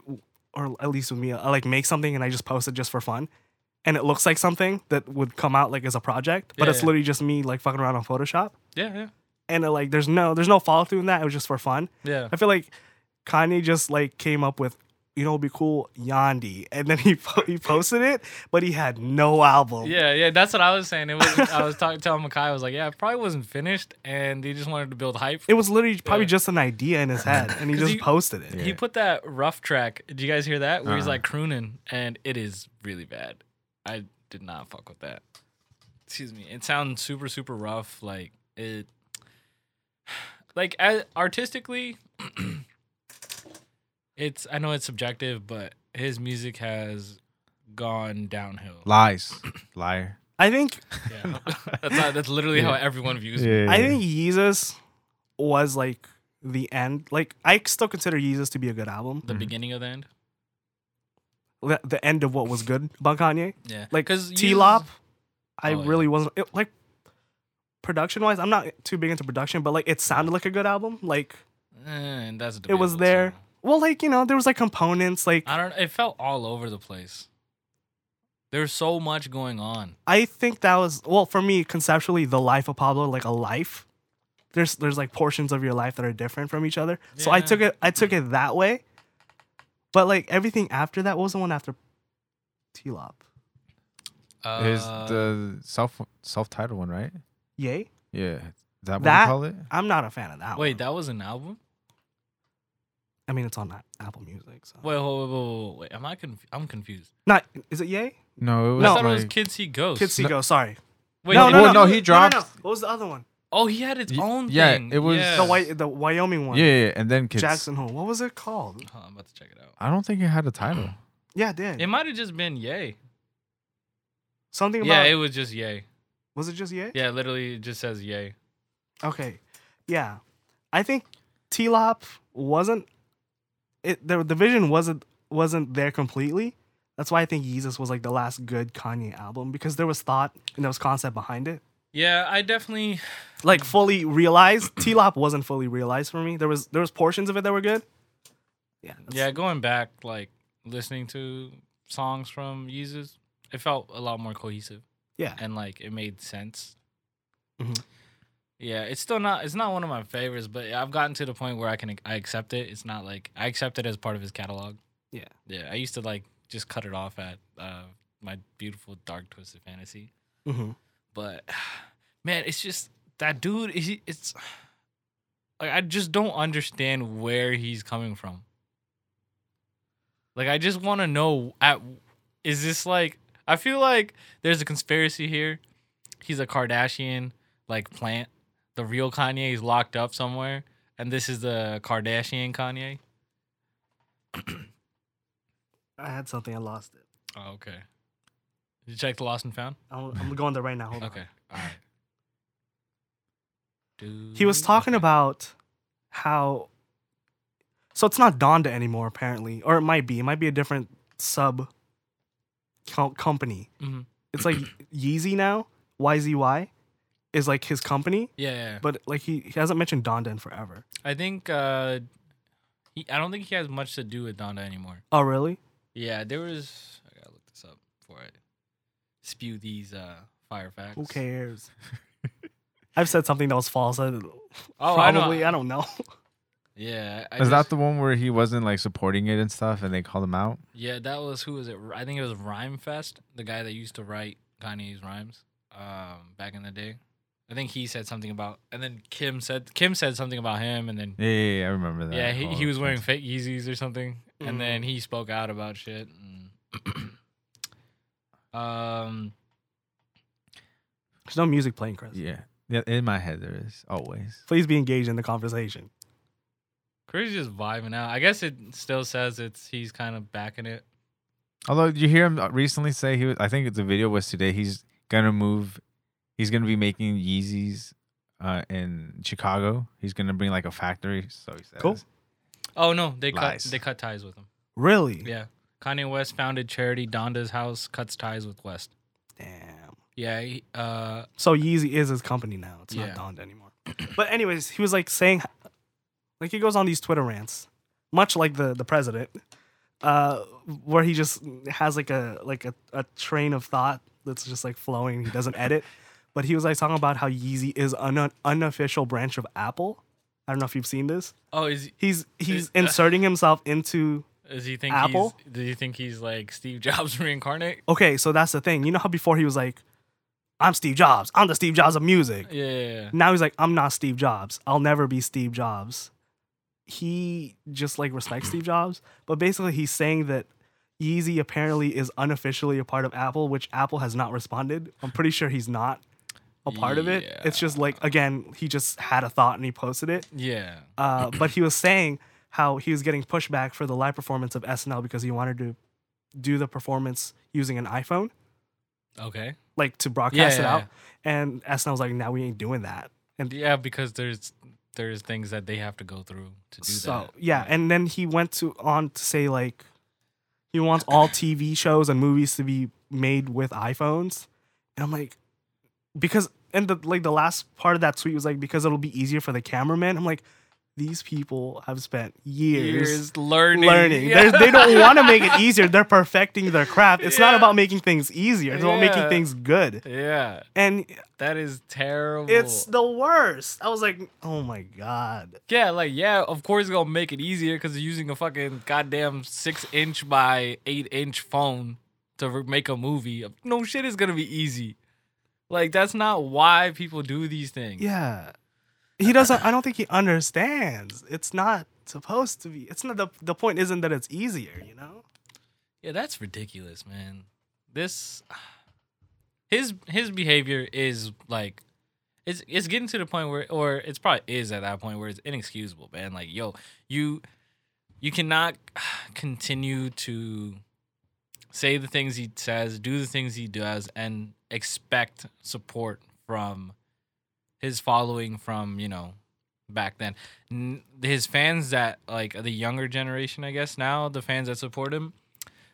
Speaker 1: or at least with me, I like make something and I just post it just for fun. And it looks like something that would come out like as a project, but
Speaker 3: Yeah,
Speaker 1: it's
Speaker 3: yeah.
Speaker 1: literally just me like fucking around on Photoshop.
Speaker 3: yeah, yeah.
Speaker 1: And uh, like, there's no, there's no follow through in that. It was just for fun.
Speaker 3: Yeah.
Speaker 1: I feel like Kanye just like came up with you know it'd be cool Yandi, and then he po- he posted it, but he had no album.
Speaker 3: Yeah, yeah, that's what I was saying. It was I was talking telling Makai, I was like, yeah, it probably wasn't finished, and he just wanted to build hype.
Speaker 1: It was literally probably
Speaker 3: Yeah.
Speaker 1: just an idea in his head, and he
Speaker 3: 'Cause
Speaker 1: just
Speaker 3: he-
Speaker 1: posted it.
Speaker 3: He put that rough track. Did you guys hear that? Where he's
Speaker 2: Uh-uh.
Speaker 3: like crooning, and it is really bad. I did not fuck with that. Excuse me. It sounds super super rough. Like It like as, artistically, it's I know it's subjective, but his music has gone downhill.
Speaker 2: Lies, liar.
Speaker 1: I think
Speaker 3: Yeah. that's how, that's literally how everyone views it.
Speaker 1: I think Yeezus was like the end. Like I still consider Yeezus to be a good album.
Speaker 2: Mm-hmm.
Speaker 3: The beginning of the end.
Speaker 1: The, the end of what was good about Kanye.
Speaker 3: Yeah,
Speaker 1: Like
Speaker 3: because
Speaker 1: T Lop, I
Speaker 3: Oh, yeah.
Speaker 1: really wasn't it, like production wise. I'm not too big into production, but like it sounded like a good album. Like
Speaker 3: Eh, and that's
Speaker 1: it was
Speaker 3: debatable,
Speaker 1: there.
Speaker 3: too.
Speaker 1: Well, like you know, there was like components. Like
Speaker 3: I don't. It felt all over the place. There's so much going on.
Speaker 1: I think that was well for me conceptually the life of Pablo like a life. There's there's like portions of your life that are different from each other. So I
Speaker 3: Yeah.
Speaker 1: took it I took it that way. But like everything after that what was the one after T Lop.
Speaker 3: Uh,
Speaker 2: Is the self self titled one right?
Speaker 1: Yay?
Speaker 2: Yeah, is that what
Speaker 1: That-
Speaker 2: you call it?
Speaker 1: I'm not a fan of that
Speaker 3: wait,
Speaker 1: one.
Speaker 3: that was an album.
Speaker 1: I mean it's on that Apple Music. So.
Speaker 3: Wait, hold, wait, wait, wait, wait. Am I conf- I'm confused.
Speaker 1: Not is it Yay?
Speaker 2: No, it was
Speaker 3: I
Speaker 2: like,
Speaker 3: thought it was Kids See Ghosts.
Speaker 1: Kids See Go, sorry.
Speaker 3: Oh, Wait,
Speaker 2: No,
Speaker 3: did-
Speaker 2: no, Well, no, he dropped-
Speaker 1: What was the other one?
Speaker 3: Oh, he had its
Speaker 2: Y-
Speaker 3: own
Speaker 2: yeah,
Speaker 3: thing.
Speaker 2: it was-
Speaker 3: Yeah.
Speaker 1: The Wy- the Wyoming one.
Speaker 2: yeah, yeah, and then kids.
Speaker 1: Jackson Hole. What was it called?
Speaker 3: Hold on, Oh, I'm about to check it out.
Speaker 2: I don't think it had a title.
Speaker 1: Yeah, it did.
Speaker 3: It might have just been Yay.
Speaker 1: Something
Speaker 3: Yeah,
Speaker 1: about
Speaker 3: it was just Yay.
Speaker 1: was it just Yay?
Speaker 3: Yeah, literally, it just says Yay.
Speaker 1: Okay. Yeah. I think T Lop wasn't it the the vision wasn't wasn't there completely. That's why I think Yeezus was like the last good Kanye album because there was thought and there was concept behind it.
Speaker 3: Yeah, I definitely.
Speaker 1: Like fully realized. T Lop wasn't fully realized for me. There was there was portions of it that were good. Yeah. that's-
Speaker 3: Yeah, going back, like listening to songs from Yeezus, it felt a lot more cohesive.
Speaker 1: Yeah.
Speaker 3: and like it made sense.
Speaker 1: Mhm.
Speaker 3: Yeah, it's still not. It's not one of my favorites, but I've gotten to the point where I can I accept it. It's not like I accept it as part of his catalog.
Speaker 1: Yeah.
Speaker 3: yeah. I used to like just cut it off at uh, my beautiful dark twisted fantasy
Speaker 1: Mhm.
Speaker 3: but man, it's just that dude. He, it's like I just don't understand where he's coming from. Like I just want to know at is this like I feel like there's a conspiracy here. He's a Kardashian like plant. The real Kanye is locked up somewhere, and this is the Kardashian Kanye.
Speaker 1: I had something I lost it.
Speaker 3: Oh, okay. Did you check the lost and found?
Speaker 1: I'm, I'm going there right now. Hold on.
Speaker 3: Okay, all right. Dude,
Speaker 1: He was talking
Speaker 3: okay.
Speaker 1: about how so it's not Donda anymore apparently, or it might be. It might be a different sub co- company.
Speaker 3: Mhm.
Speaker 1: It's like Yeezy now. YZY is like his company,
Speaker 3: yeah, yeah, yeah.
Speaker 1: but like he, he hasn't mentioned Donda in forever.
Speaker 3: I think uh he, I don't think he has much to do with Donda anymore.
Speaker 1: Oh really?
Speaker 3: Yeah, there was I gotta look this up before I spew these uh fire facts.
Speaker 1: Who cares? I've said something that was false. I,
Speaker 3: Oh,
Speaker 1: probably.
Speaker 3: I know.
Speaker 1: I don't know.
Speaker 3: Yeah, I
Speaker 2: Is
Speaker 3: just-
Speaker 2: that the one where he wasn't like supporting it and stuff, and they called him out?
Speaker 3: Yeah, that was who was it? I think it was Rhyme Fest, the guy that used to write Kanye's rhymes um back in the day. I think he said something about and then Kim said Kim said something about him and then
Speaker 2: Yeah, yeah, yeah I remember that.
Speaker 3: yeah, he, he
Speaker 2: Oh,
Speaker 3: was wearing
Speaker 2: that's-
Speaker 3: fake Yeezys or something,
Speaker 1: Mhm.
Speaker 3: and then he spoke out about shit. And um,
Speaker 1: There's no music playing, Chris.
Speaker 2: Yeah, yeah. In my head, there is always.
Speaker 1: Please be engaged in the conversation.
Speaker 3: Chris just vibing out. I guess it still says it's he's kind of backing it.
Speaker 2: Although did you hear him uh, recently say he was, I think the video was today. He's gonna move. He's gonna be making Yeezys uh, in Chicago. He's gonna bring like a factory. So he says.
Speaker 1: Cool.
Speaker 3: Oh no, they
Speaker 2: Lies.
Speaker 3: cut they cut ties with him.
Speaker 1: Really?
Speaker 3: Yeah, Kanye West founded charity Donda's House cuts ties with West.
Speaker 1: Damn.
Speaker 3: Yeah, he, uh,
Speaker 1: So Yeezy is his company now. It's
Speaker 3: Yeah.
Speaker 1: not Donda anymore. But anyways, he was like saying, like he goes on these Twitter rants, much like the the president, uh, where he just has like a like a, a train of thought that's just like flowing. He doesn't edit. But he was like talking about how Yeezy is an unofficial branch of Apple. I don't know if you've seen this.
Speaker 3: oh is
Speaker 1: He's he's inserting himself into.
Speaker 3: is he think
Speaker 1: Apple?
Speaker 3: He's, do you think he's like Steve Jobs reincarnate?
Speaker 1: Okay, so that's the thing. You know how before he was like, "I'm Steve Jobs. I'm the Steve Jobs of music."
Speaker 3: Yeah, yeah, yeah.
Speaker 1: now he's like, I'm not Steve Jobs. I'll never be Steve Jobs. He just like respects Steve Jobs, but basically he's saying that Yeezy apparently is unofficially a part of Apple, which Apple has not responded. I'm pretty sure he's not. a part of it. It's just like again, he just had a thought and he posted it.
Speaker 3: Yeah.
Speaker 1: Uh, but he was saying how he was getting pushback for the live performance of SNL because he wanted to do the performance using an iPhone,
Speaker 3: Okay.
Speaker 1: like to broadcast
Speaker 3: Yeah,
Speaker 1: it
Speaker 3: yeah,
Speaker 1: out. And SNL was like, "Now we ain't doing that." And
Speaker 3: Yeah, because there's there's things that they have to go through to do
Speaker 1: so
Speaker 3: that.
Speaker 1: yeah, and then he went to on to say like he wants all TV shows and movies to be made with iPhones, and I'm like, because and the like the last part of that tweet was like because it'll be easier for the cameraman. I'm like, these people have spent years
Speaker 3: Years learning.
Speaker 1: learning.
Speaker 3: Yeah.
Speaker 1: They're- They don't want to make it easier. They're perfecting their craft. It's not
Speaker 3: Yeah.
Speaker 1: about making things easier. It's about making
Speaker 3: Yeah.
Speaker 1: things good.
Speaker 3: Yeah,
Speaker 1: And
Speaker 3: that is terrible.
Speaker 1: it's the worst. I was like, oh my god.
Speaker 3: yeah, like yeah. Of course, it's gonna make it easier because you're using a fucking goddamn six inch by eight inch phone to re- make a movie. No shit is gonna be easy. Like that's not why people do these things.
Speaker 1: Yeah. He doesn't. I don't think he understands. It's not supposed to be. It's not the the point. Isn't that it's easier? You know.
Speaker 3: Yeah, that's ridiculous, man. This his his behavior is like it's it's getting to the point where or it's probably is at that point where it's inexcusable, man. Like, yo, you you cannot continue to say the things he says, do the things he does and expect support from his following from, you know, back then. N- his fans that like the younger generation, I guess, now the fans that support him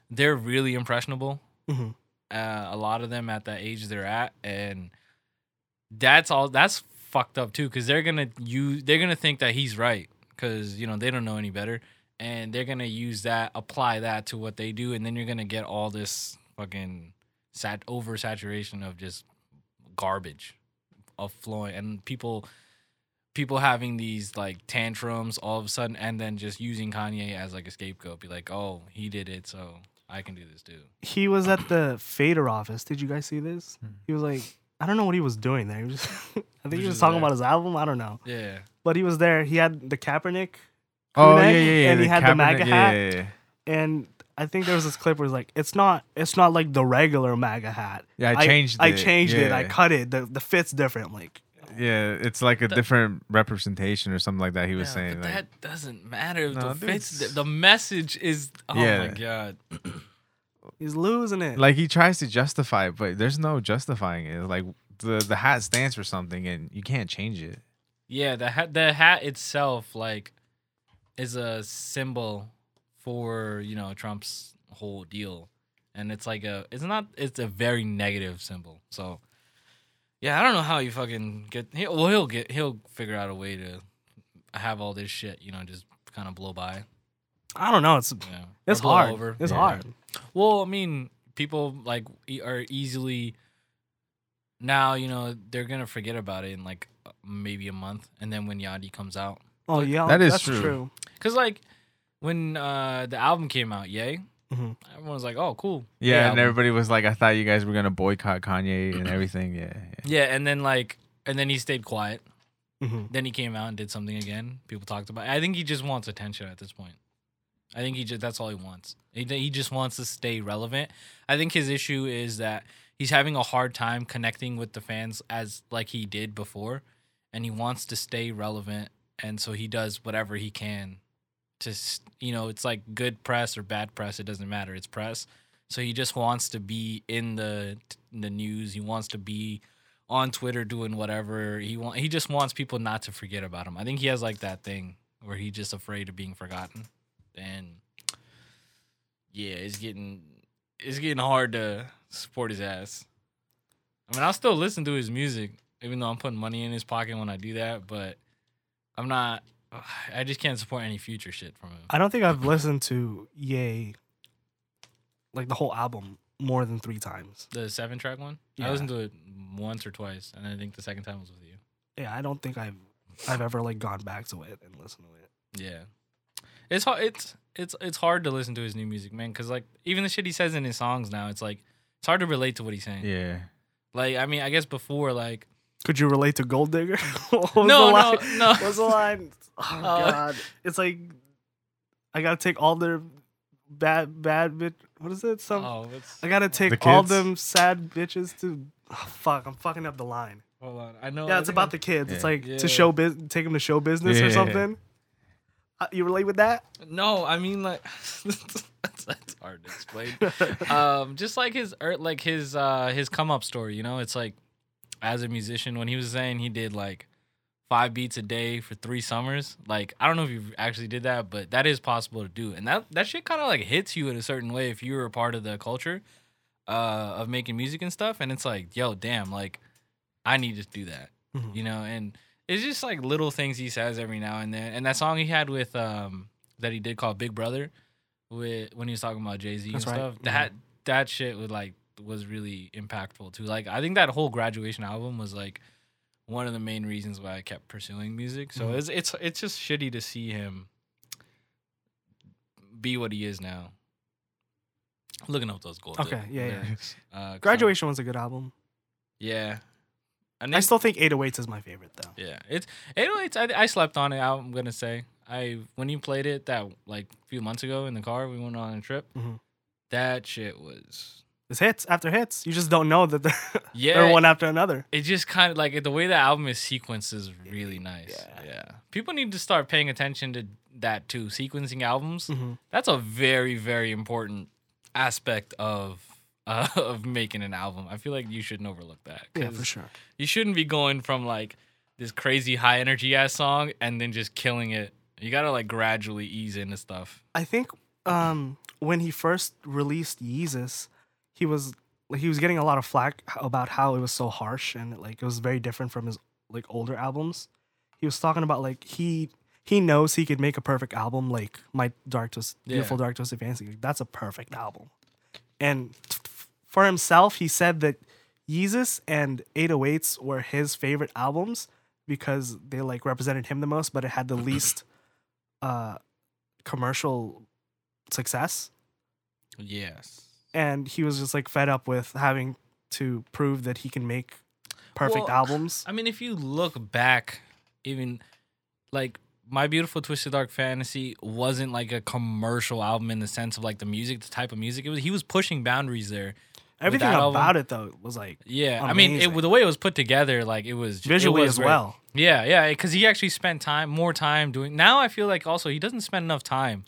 Speaker 3: they're really impressionable.
Speaker 2: Mm-hmm.
Speaker 1: Mhm.
Speaker 3: Uh, a lot of them at the age they're at, and that's all. That's fucked up too, because they're gonna use. They're gonna think that he's right, because you know they don't know any better, and they're gonna use that, apply that to what they do, and then you're gonna get all this fucking sat oversaturation of just garbage of flowing and people people having these like tantrums all of a sudden and then just using Kanye as like a scapegoat be like oh he did it so I can do this too
Speaker 1: He was at the Fader office. Did you guys see this?
Speaker 2: Hmm.
Speaker 1: He was like, I don't know what he was doing there. He was just, I think
Speaker 3: He
Speaker 1: he
Speaker 3: was
Speaker 1: was
Speaker 3: just
Speaker 1: talking
Speaker 3: there.
Speaker 1: about his album. I don't know,
Speaker 3: yeah
Speaker 1: but he was there. He had the Kaepernick
Speaker 2: Oh yeah,
Speaker 1: neck,
Speaker 2: yeah, yeah.
Speaker 1: and he had the
Speaker 2: Kaepernick-
Speaker 1: MAGA
Speaker 2: yeah,
Speaker 1: hat.
Speaker 2: yeah, yeah.
Speaker 1: and I think there was this clip where it's like, it's not, it's not like the regular MAGA hat.
Speaker 2: Yeah, I changed
Speaker 1: I
Speaker 2: it.
Speaker 1: changed it. I
Speaker 2: Yeah.
Speaker 1: cut it. The the fit's different. Like,
Speaker 2: Yeah, it's like a different representation or something like that. He was
Speaker 3: Yeah,
Speaker 2: saying
Speaker 3: but
Speaker 2: like,
Speaker 3: that doesn't matter
Speaker 2: No,
Speaker 3: the,
Speaker 2: dude,
Speaker 3: fits, the
Speaker 2: it's-
Speaker 3: the message is oh my
Speaker 2: Yeah.
Speaker 3: god
Speaker 1: he's losing it.
Speaker 2: like he tries to justify it, but there's no justifying it. Like the the hat stands for something, and you can't change it.
Speaker 3: Yeah, the hat, the hat itself, like, is a symbol for you know Trump's whole deal, and it's like a, it's not, it's a very negative symbol. So, yeah, I don't know how you fucking get. He, well, he'll get, he'll figure out a way to have all this shit, you know, just kind of blow by.
Speaker 1: I don't know. It's
Speaker 3: Yeah,
Speaker 1: it's
Speaker 3: Or blow
Speaker 1: hard.
Speaker 3: over.
Speaker 1: It's
Speaker 2: Yeah.
Speaker 1: hard.
Speaker 3: Well, I mean, people like e- are easily now, you know, they're gonna forget about it in like uh, maybe a month, and then when Yadi comes out.
Speaker 1: Oh yeah,
Speaker 2: That is
Speaker 1: that's
Speaker 2: true.
Speaker 1: true.
Speaker 3: Cause like when uh the album came out, yay,
Speaker 1: Mhm.
Speaker 3: everyone was like, "Oh, cool."
Speaker 2: Mm-hmm. Yeah,
Speaker 3: Yay
Speaker 2: and
Speaker 3: album.
Speaker 2: everybody was like, I thought you guys were gonna boycott Kanye and everything. Yeah, yeah.
Speaker 3: yeah, and then like, and then he stayed quiet.
Speaker 1: hmm
Speaker 3: Then he came out and did something again. People talked about. It. I think he just wants attention at this point. I think he just that's all he wants. He he just wants to stay relevant. I think his issue is that he's having a hard time connecting with the fans as like he did before, and he wants to stay relevant, and so he does whatever he can to s- you know it's like good press or bad press it doesn't matter it's press so he just wants to be in the the news he wants to be on twitter doing whatever he want he just wants people not to forget about him i think he has like that thing where he's just afraid of being forgotten and yeah it's getting it's getting hard to support his ass i mean i'll still listen to his music even though i'm putting money in his pocket when i do that but i'm not i just can't support any future shit from him
Speaker 1: I don't think I've listened to Yay, like the whole album, more than three times.
Speaker 3: The seven track one?
Speaker 1: Yeah.
Speaker 3: I listened to it once or twice, and I think the second time was with you.
Speaker 1: Yeah, I don't think I've I've ever like gone back to it and listened to it.
Speaker 3: Yeah. It's hard it's it's it's hard to listen to his new music, man, because like even the shit he says in his songs now, it's like it's hard to relate to what he's saying.
Speaker 2: yeah.
Speaker 3: Like I mean, I guess before like
Speaker 1: Could you relate to Gold Digger? What was
Speaker 3: No,
Speaker 1: the
Speaker 3: no,
Speaker 1: line?
Speaker 3: no.
Speaker 1: What was the line? Oh
Speaker 3: Uh,
Speaker 1: God, it's like I gotta take all their bad bad bitch. What is it? Some
Speaker 3: oh it's
Speaker 1: Um, I gotta take
Speaker 2: The
Speaker 1: all
Speaker 2: kids?
Speaker 1: them sad bitches to. Oh, fuck, I'm fucking up the line.
Speaker 3: Hold on. I know.
Speaker 1: Yeah, it's about the kids. It's
Speaker 2: Yeah.
Speaker 1: like
Speaker 3: Yeah.
Speaker 1: to show biz- take them to show business or
Speaker 2: Yeah.
Speaker 1: something. Uh, you relate with that?
Speaker 3: No, I mean like that's, that's hard to explain. um, just like his er, like his uh his come up story, you know, it's like as a musician when he was saying he did like five beats a day for three summers. Like I don't know if you actually did that, but that is possible to do, and that that shit kind of like hits you in a certain way if you were a part of the culture uh of making music and stuff. And it's like, yo, damn, like I need to do that,
Speaker 1: Mhm.
Speaker 3: you know, and. It's just like little things he says every now and then, and that song he had with um that he did called Big Brother, with when he was talking about Jay Z and
Speaker 1: That's right.
Speaker 3: stuff.
Speaker 1: Mhm.
Speaker 3: That that shit was like was really impactful too. Like I think that whole graduation album was like one of the main reasons why I kept pursuing music. So
Speaker 1: Mhm.
Speaker 3: it's it's it's just shitty to see him be what he is now. Looking up those goals.
Speaker 1: Okay, yeah, yeah.
Speaker 3: Uh, 'cause I'm-
Speaker 1: Graduation was a good album.
Speaker 3: Yeah. And
Speaker 1: I
Speaker 3: then-
Speaker 1: still think 808s is my favorite though.
Speaker 3: yeah, it's 808s. I, I slept on it. I'm gonna say I when you played it that like a few months ago in the car. We went on a trip.
Speaker 1: Mhm.
Speaker 3: That shit was
Speaker 1: It's hits after hits. You just don't know that they're,
Speaker 3: yeah.
Speaker 1: they're one after another.
Speaker 3: it just kind of like the way the album is sequenced is really nice.
Speaker 1: Yeah.
Speaker 3: Yeah. people need to start paying attention to that too. Sequencing albums.
Speaker 1: hmm
Speaker 3: That's a very very important aspect of. Uh, of making an album, I feel like you shouldn't overlook that.
Speaker 1: Yeah,
Speaker 3: 'cause
Speaker 1: for sure.
Speaker 3: you shouldn't be going from like this crazy high energy ass song and then just killing it. You gotta like gradually ease into stuff.
Speaker 1: I think um, when he first released Yeezus, he was he was getting a lot of flack about how it was so harsh and like it was very different from his like older albums. He was talking about like he he knows he could make a perfect album like My Dark Twisted,
Speaker 3: Yeah.
Speaker 1: Beautiful Dark Twisted Fantasy. Like, that's a perfect album. And for himself, he said that Yeezus and 808s were his favorite albums because they like represented him the most, but it had the least uh commercial success
Speaker 3: Yes.
Speaker 1: and he was just like fed up with having to prove that he can make perfect
Speaker 3: Well,
Speaker 1: albums
Speaker 3: I mean, if you look back, even like My Beautiful Twisted Dark Fantasy wasn't like a commercial album in the sense of like the music, the type of music it was. He was pushing boundaries there.
Speaker 1: everything
Speaker 3: that
Speaker 1: about
Speaker 3: album-
Speaker 1: it though was like
Speaker 3: Yeah, I mean, it,
Speaker 1: Amazing.
Speaker 3: the way it was put together, like it was it
Speaker 1: visually
Speaker 3: was
Speaker 1: as
Speaker 3: great.
Speaker 1: well
Speaker 3: Yeah, yeah, because he actually spent time, more time doing. Now I feel like also he doesn't spend enough time.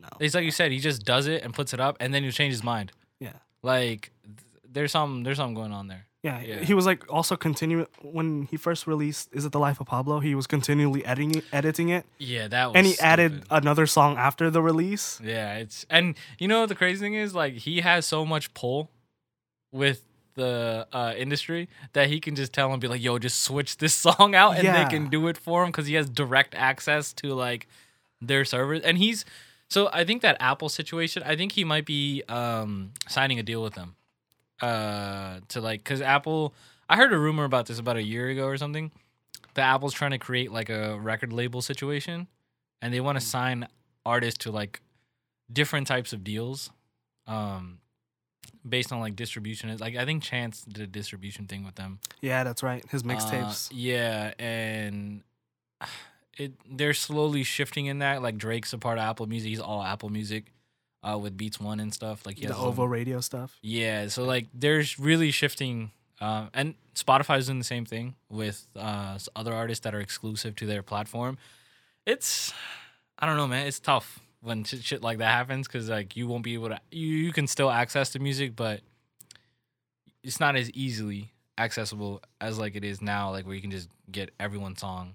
Speaker 1: No.
Speaker 3: It's like you said, he just does it and puts it up, and then he'll change his mind.
Speaker 1: Yeah.
Speaker 3: like th- there's some there's something going on there.
Speaker 1: yeah,
Speaker 3: Yeah.
Speaker 1: he was like also continue when he first released is it the life of pablo he was continually editing it, editing it
Speaker 3: Yeah, that was.
Speaker 1: and he added another song after the release
Speaker 3: Yeah, it's and you know what the crazy thing is like he has so much pull with the uh, industry that he can just tell them be like, "Yo, just switch this song out," and
Speaker 1: Yeah.
Speaker 3: they can do it for him because he has direct access to like their servers. And he's so I think that Apple situation. I think he might be um, signing a deal with them uh, to like because Apple. I heard a rumor about this about a year ago or something. The Apple's trying to create like a record label situation, and they want to sign artists to like different types of deals um based on like distribution It's like i think chance did a distribution thing with them
Speaker 1: yeah that's right his
Speaker 3: Uh,
Speaker 1: mixtapes
Speaker 3: yeah and it they're slowly shifting in that like drake's a part of apple music he's all apple music uh with beats one and stuff like he
Speaker 1: the
Speaker 3: has his own-
Speaker 1: ovo radio stuff
Speaker 3: yeah, so like there's really shifting, uh, and Spotify's doing the same thing with uh, s- other artists that are exclusive to their platform. It's, I don't know, man. It's tough when shit, shit like that happens because like you won't be able to. You you can still access the music, but it's not as easily accessible as like it is now, like where you can just get everyone's song.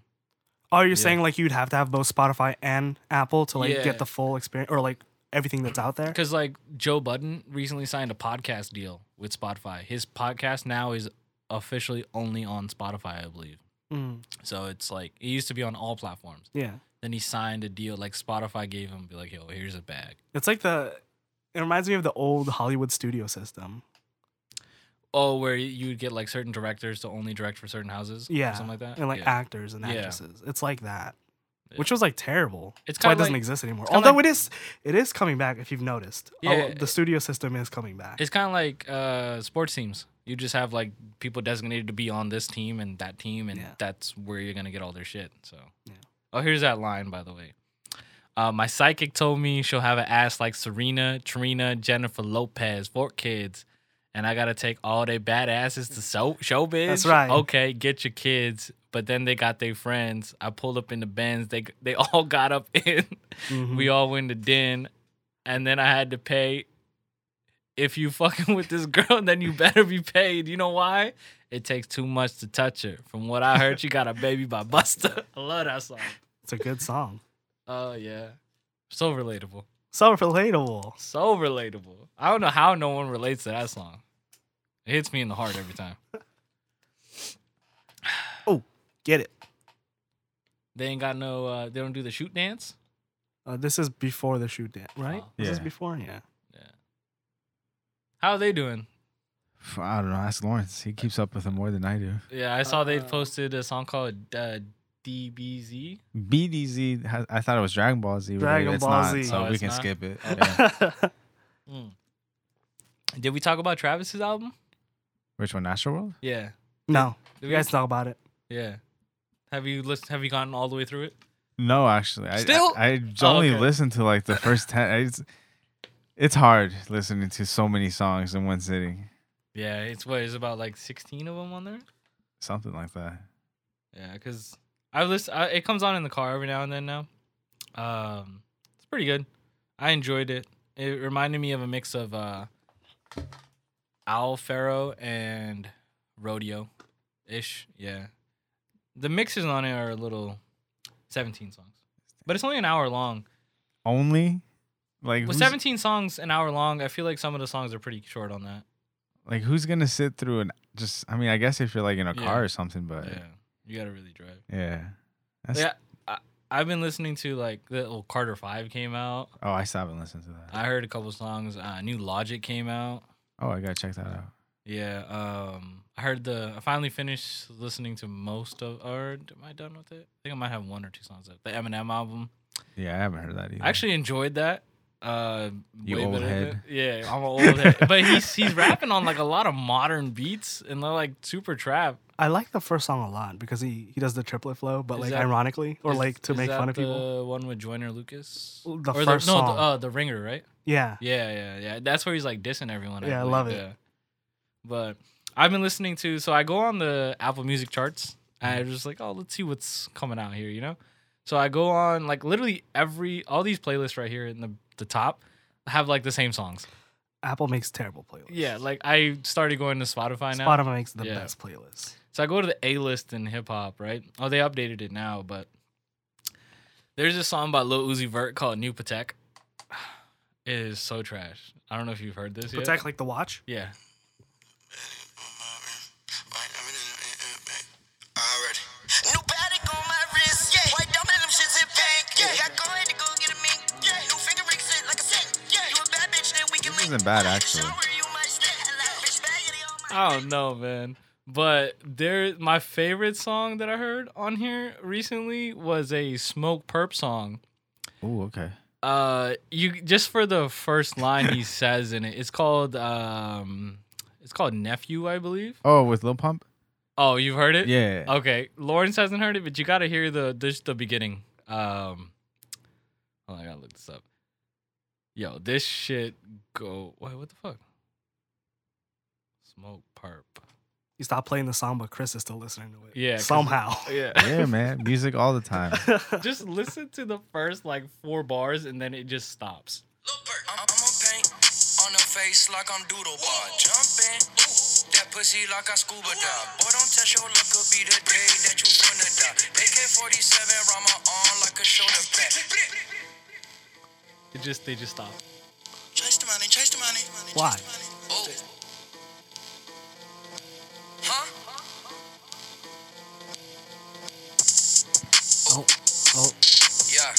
Speaker 1: oh you're
Speaker 3: Yeah.
Speaker 1: saying like you'd have to have both spotify and apple to like
Speaker 3: Yeah.
Speaker 1: get the full experience or like everything that's out there
Speaker 3: Because like Joe Budden recently signed a podcast deal with Spotify. His podcast now is officially only on Spotify, I believe.
Speaker 1: Mm,
Speaker 3: So it's like it used to be on all platforms.
Speaker 1: yeah
Speaker 3: Then he signed a deal like Spotify gave him, be like, yo, here's a bag.
Speaker 1: It's like the. It reminds me of the old Hollywood studio system.
Speaker 3: Oh, where you would get like certain directors to only direct for certain houses,
Speaker 1: Yeah,
Speaker 3: or something like that.
Speaker 1: and like
Speaker 3: Uh, yeah.
Speaker 1: actors and
Speaker 3: Yeah.
Speaker 1: actresses. It's like that,
Speaker 3: Yeah.
Speaker 1: which was like terrible.
Speaker 3: It's
Speaker 1: That's why it
Speaker 3: kinda
Speaker 1: doesn't
Speaker 3: like-
Speaker 1: exist anymore.
Speaker 3: it's kinda
Speaker 1: Although
Speaker 3: like-
Speaker 1: it is, it is coming back. If you've noticed, Oh,
Speaker 3: Yeah.
Speaker 1: the studio system is coming back.
Speaker 3: it's kind of like uh, sports teams. You just have like people designated to be on this team and that team, and
Speaker 1: Yeah.
Speaker 3: that's where you're gonna get all their shit. So,
Speaker 1: Yeah.
Speaker 3: oh, here's that line by the way. Uh, my psychic told me she'll have an ass like Serena, Trina, Jennifer Lopez, four kids, and I gotta take all they badasses to show showbiz.
Speaker 1: That's right.
Speaker 3: Okay, get your kids. But then they got their friends. I pulled up in the Benz. They they all got up in.
Speaker 1: Mhm.
Speaker 3: We all went to den, and then I had to pay. If you fucking with this girl, then you better be paid. You know why? It takes too much to touch her. From what I heard, she got a baby by Busta. I love that song.
Speaker 1: It's a good song.
Speaker 3: Oh yeah, so relatable.
Speaker 1: So relatable.
Speaker 3: So relatable. I don't know how no one relates to that song. It hits me in the heart every time.
Speaker 1: Get it.
Speaker 3: They ain't got no. Uh, they don't do the shoot dance.
Speaker 1: Uh, this is before the shoot dance, right?
Speaker 3: Oh.
Speaker 1: This is
Speaker 2: Yeah.
Speaker 1: before, yeah.
Speaker 3: How are they doing?
Speaker 2: F- I don't know. Ask Lawrence. He keeps up with them more than I do.
Speaker 3: Yeah, I saw they
Speaker 1: Uh,
Speaker 3: posted a song called uh, DBZ.
Speaker 2: BDZ. has- I thought it was Dragon Ball Z. related.
Speaker 1: Dragon
Speaker 2: it's
Speaker 1: Ball
Speaker 2: not,
Speaker 1: Z.
Speaker 2: So
Speaker 3: Oh,
Speaker 2: we
Speaker 3: it's
Speaker 2: can
Speaker 3: not?
Speaker 2: skip it.
Speaker 3: Oh.
Speaker 2: Yeah.
Speaker 3: Mm. Did we talk about Travis's album?
Speaker 2: Which one? Natural World?
Speaker 3: Yeah.
Speaker 1: no,
Speaker 3: Did
Speaker 1: you guys talk about it.
Speaker 3: Yeah. Have you list- Have you gotten all the way through it?
Speaker 2: No, actually, I
Speaker 3: Still?
Speaker 2: I, I
Speaker 3: Oh,
Speaker 2: only
Speaker 3: okay.
Speaker 2: listened to like the first ten. I- It's it's hard listening to so many songs in one sitting,
Speaker 3: Yeah, it's what it's about like sixteen of them on there.
Speaker 2: something like that.
Speaker 3: Yeah, because I listen. I, it comes on in the car every now and then now. Um, it's pretty good. I enjoyed it. It reminded me of a mix of uh, Al Faro and Rodeo, ish. Yeah, the mixes on it are a little seventeen songs, but it's only an hour long.
Speaker 2: Only like who's,
Speaker 3: With seventeen songs an hour long, I feel like some of the songs are pretty short on that.
Speaker 2: like who's gonna sit through and just? I mean, I guess if you're like in a
Speaker 3: Yeah.
Speaker 2: car or something, but
Speaker 3: Yeah, you gotta really drive.
Speaker 2: yeah. That's,
Speaker 3: Yeah, I, I've been listening to like the well, Carter Five came out.
Speaker 2: Oh, I still haven't listened to that.
Speaker 3: I heard a couple songs. Uh, new Logic came out.
Speaker 2: oh, I gotta check that out.
Speaker 3: Yeah. Um, I heard the. I finally finished listening to most of. Or am I done with it? I think I might have one or two songs left. The Eminem album.
Speaker 2: Yeah, I haven't heard that either.
Speaker 3: I actually enjoyed that. Uh,
Speaker 2: You
Speaker 3: way
Speaker 2: old
Speaker 3: better than-
Speaker 2: head.
Speaker 3: yeah, I'm an old head. But he's he's rapping on like a lot of modern beats and they're like super trap.
Speaker 1: I like the first song a lot because he, he does the triplet flow, but
Speaker 3: Is
Speaker 1: like
Speaker 3: that-
Speaker 1: ironically or
Speaker 3: Is-
Speaker 1: like to
Speaker 3: is
Speaker 1: make
Speaker 3: that
Speaker 1: fun of people.
Speaker 3: The one with Joyner Lucas.
Speaker 1: The
Speaker 3: Or
Speaker 1: first
Speaker 3: the, no,
Speaker 1: song.
Speaker 3: The, uh, the Ringer, right?
Speaker 1: yeah.
Speaker 3: Yeah, yeah, yeah. That's where he's like dissing everyone.
Speaker 1: Yeah, I
Speaker 3: believe,
Speaker 1: love it.
Speaker 3: But I've been listening to, so I go on the Apple Music charts.
Speaker 1: Mm.
Speaker 3: And I'm just like, oh, let's see what's coming out here, you know? So I go on, like, literally every, all these playlists right here in the, the top have like the same songs.
Speaker 1: Apple makes terrible playlists.
Speaker 3: Yeah, like I started going to Spotify now.
Speaker 1: Spotify makes the
Speaker 3: Yeah.
Speaker 1: best playlists.
Speaker 3: So I go to the A list in hip hop, right? Oh, they updated it now, but there's this song by Lil Uzi Vert called New Patek. It is so trash. I don't know if you've heard this yet.
Speaker 1: Protect like the watch.
Speaker 3: Yeah.
Speaker 4: Alright. New paddock on my wrist, yeah. White diamond, them shits in pink, yeah. I go ahead and go get a mink, yeah. New finger ring sit like a sink, yeah. You a bad bitch, then we can
Speaker 2: This
Speaker 4: link.
Speaker 2: isn't bad,
Speaker 4: Shower
Speaker 2: actually.
Speaker 4: you my stick, I like bitch baggity on my
Speaker 3: I don't know, man. But there, my favorite song that I heard on here recently was a Smoke Perp song.
Speaker 2: Oh, okay.
Speaker 3: Uh, you just for the first line he says in it, it's called um, it's called Nephew, I believe.
Speaker 2: Oh, with Lil Pump.
Speaker 3: Oh, you've heard it?
Speaker 2: Yeah.
Speaker 3: Okay, Lawrence hasn't heard it, but you got to hear the just the beginning. Um, hold on, I gotta look this up. Yo, this shit go. Wait, what the fuck? Smoke Perp.
Speaker 1: You stop playing the song, but Chris is still listening to it.
Speaker 3: Yeah, 'cause-
Speaker 1: Somehow.
Speaker 2: Yeah, man. Music all the time.
Speaker 3: just listen to the first like four bars and then it just stops.
Speaker 4: Lil Perk. I'm, I'm on paint on the face like I'm doodle bar. Jumping that pussy like I scuba dive. Boy, don't test your luck, could be the day that you finna die. AK 47 round my arm like a shoulder pad.
Speaker 3: It just they just stop.
Speaker 4: Chase the money, chase the money.
Speaker 1: Why?
Speaker 4: Oh. Huh?
Speaker 1: Oh, oh.
Speaker 4: Yeah.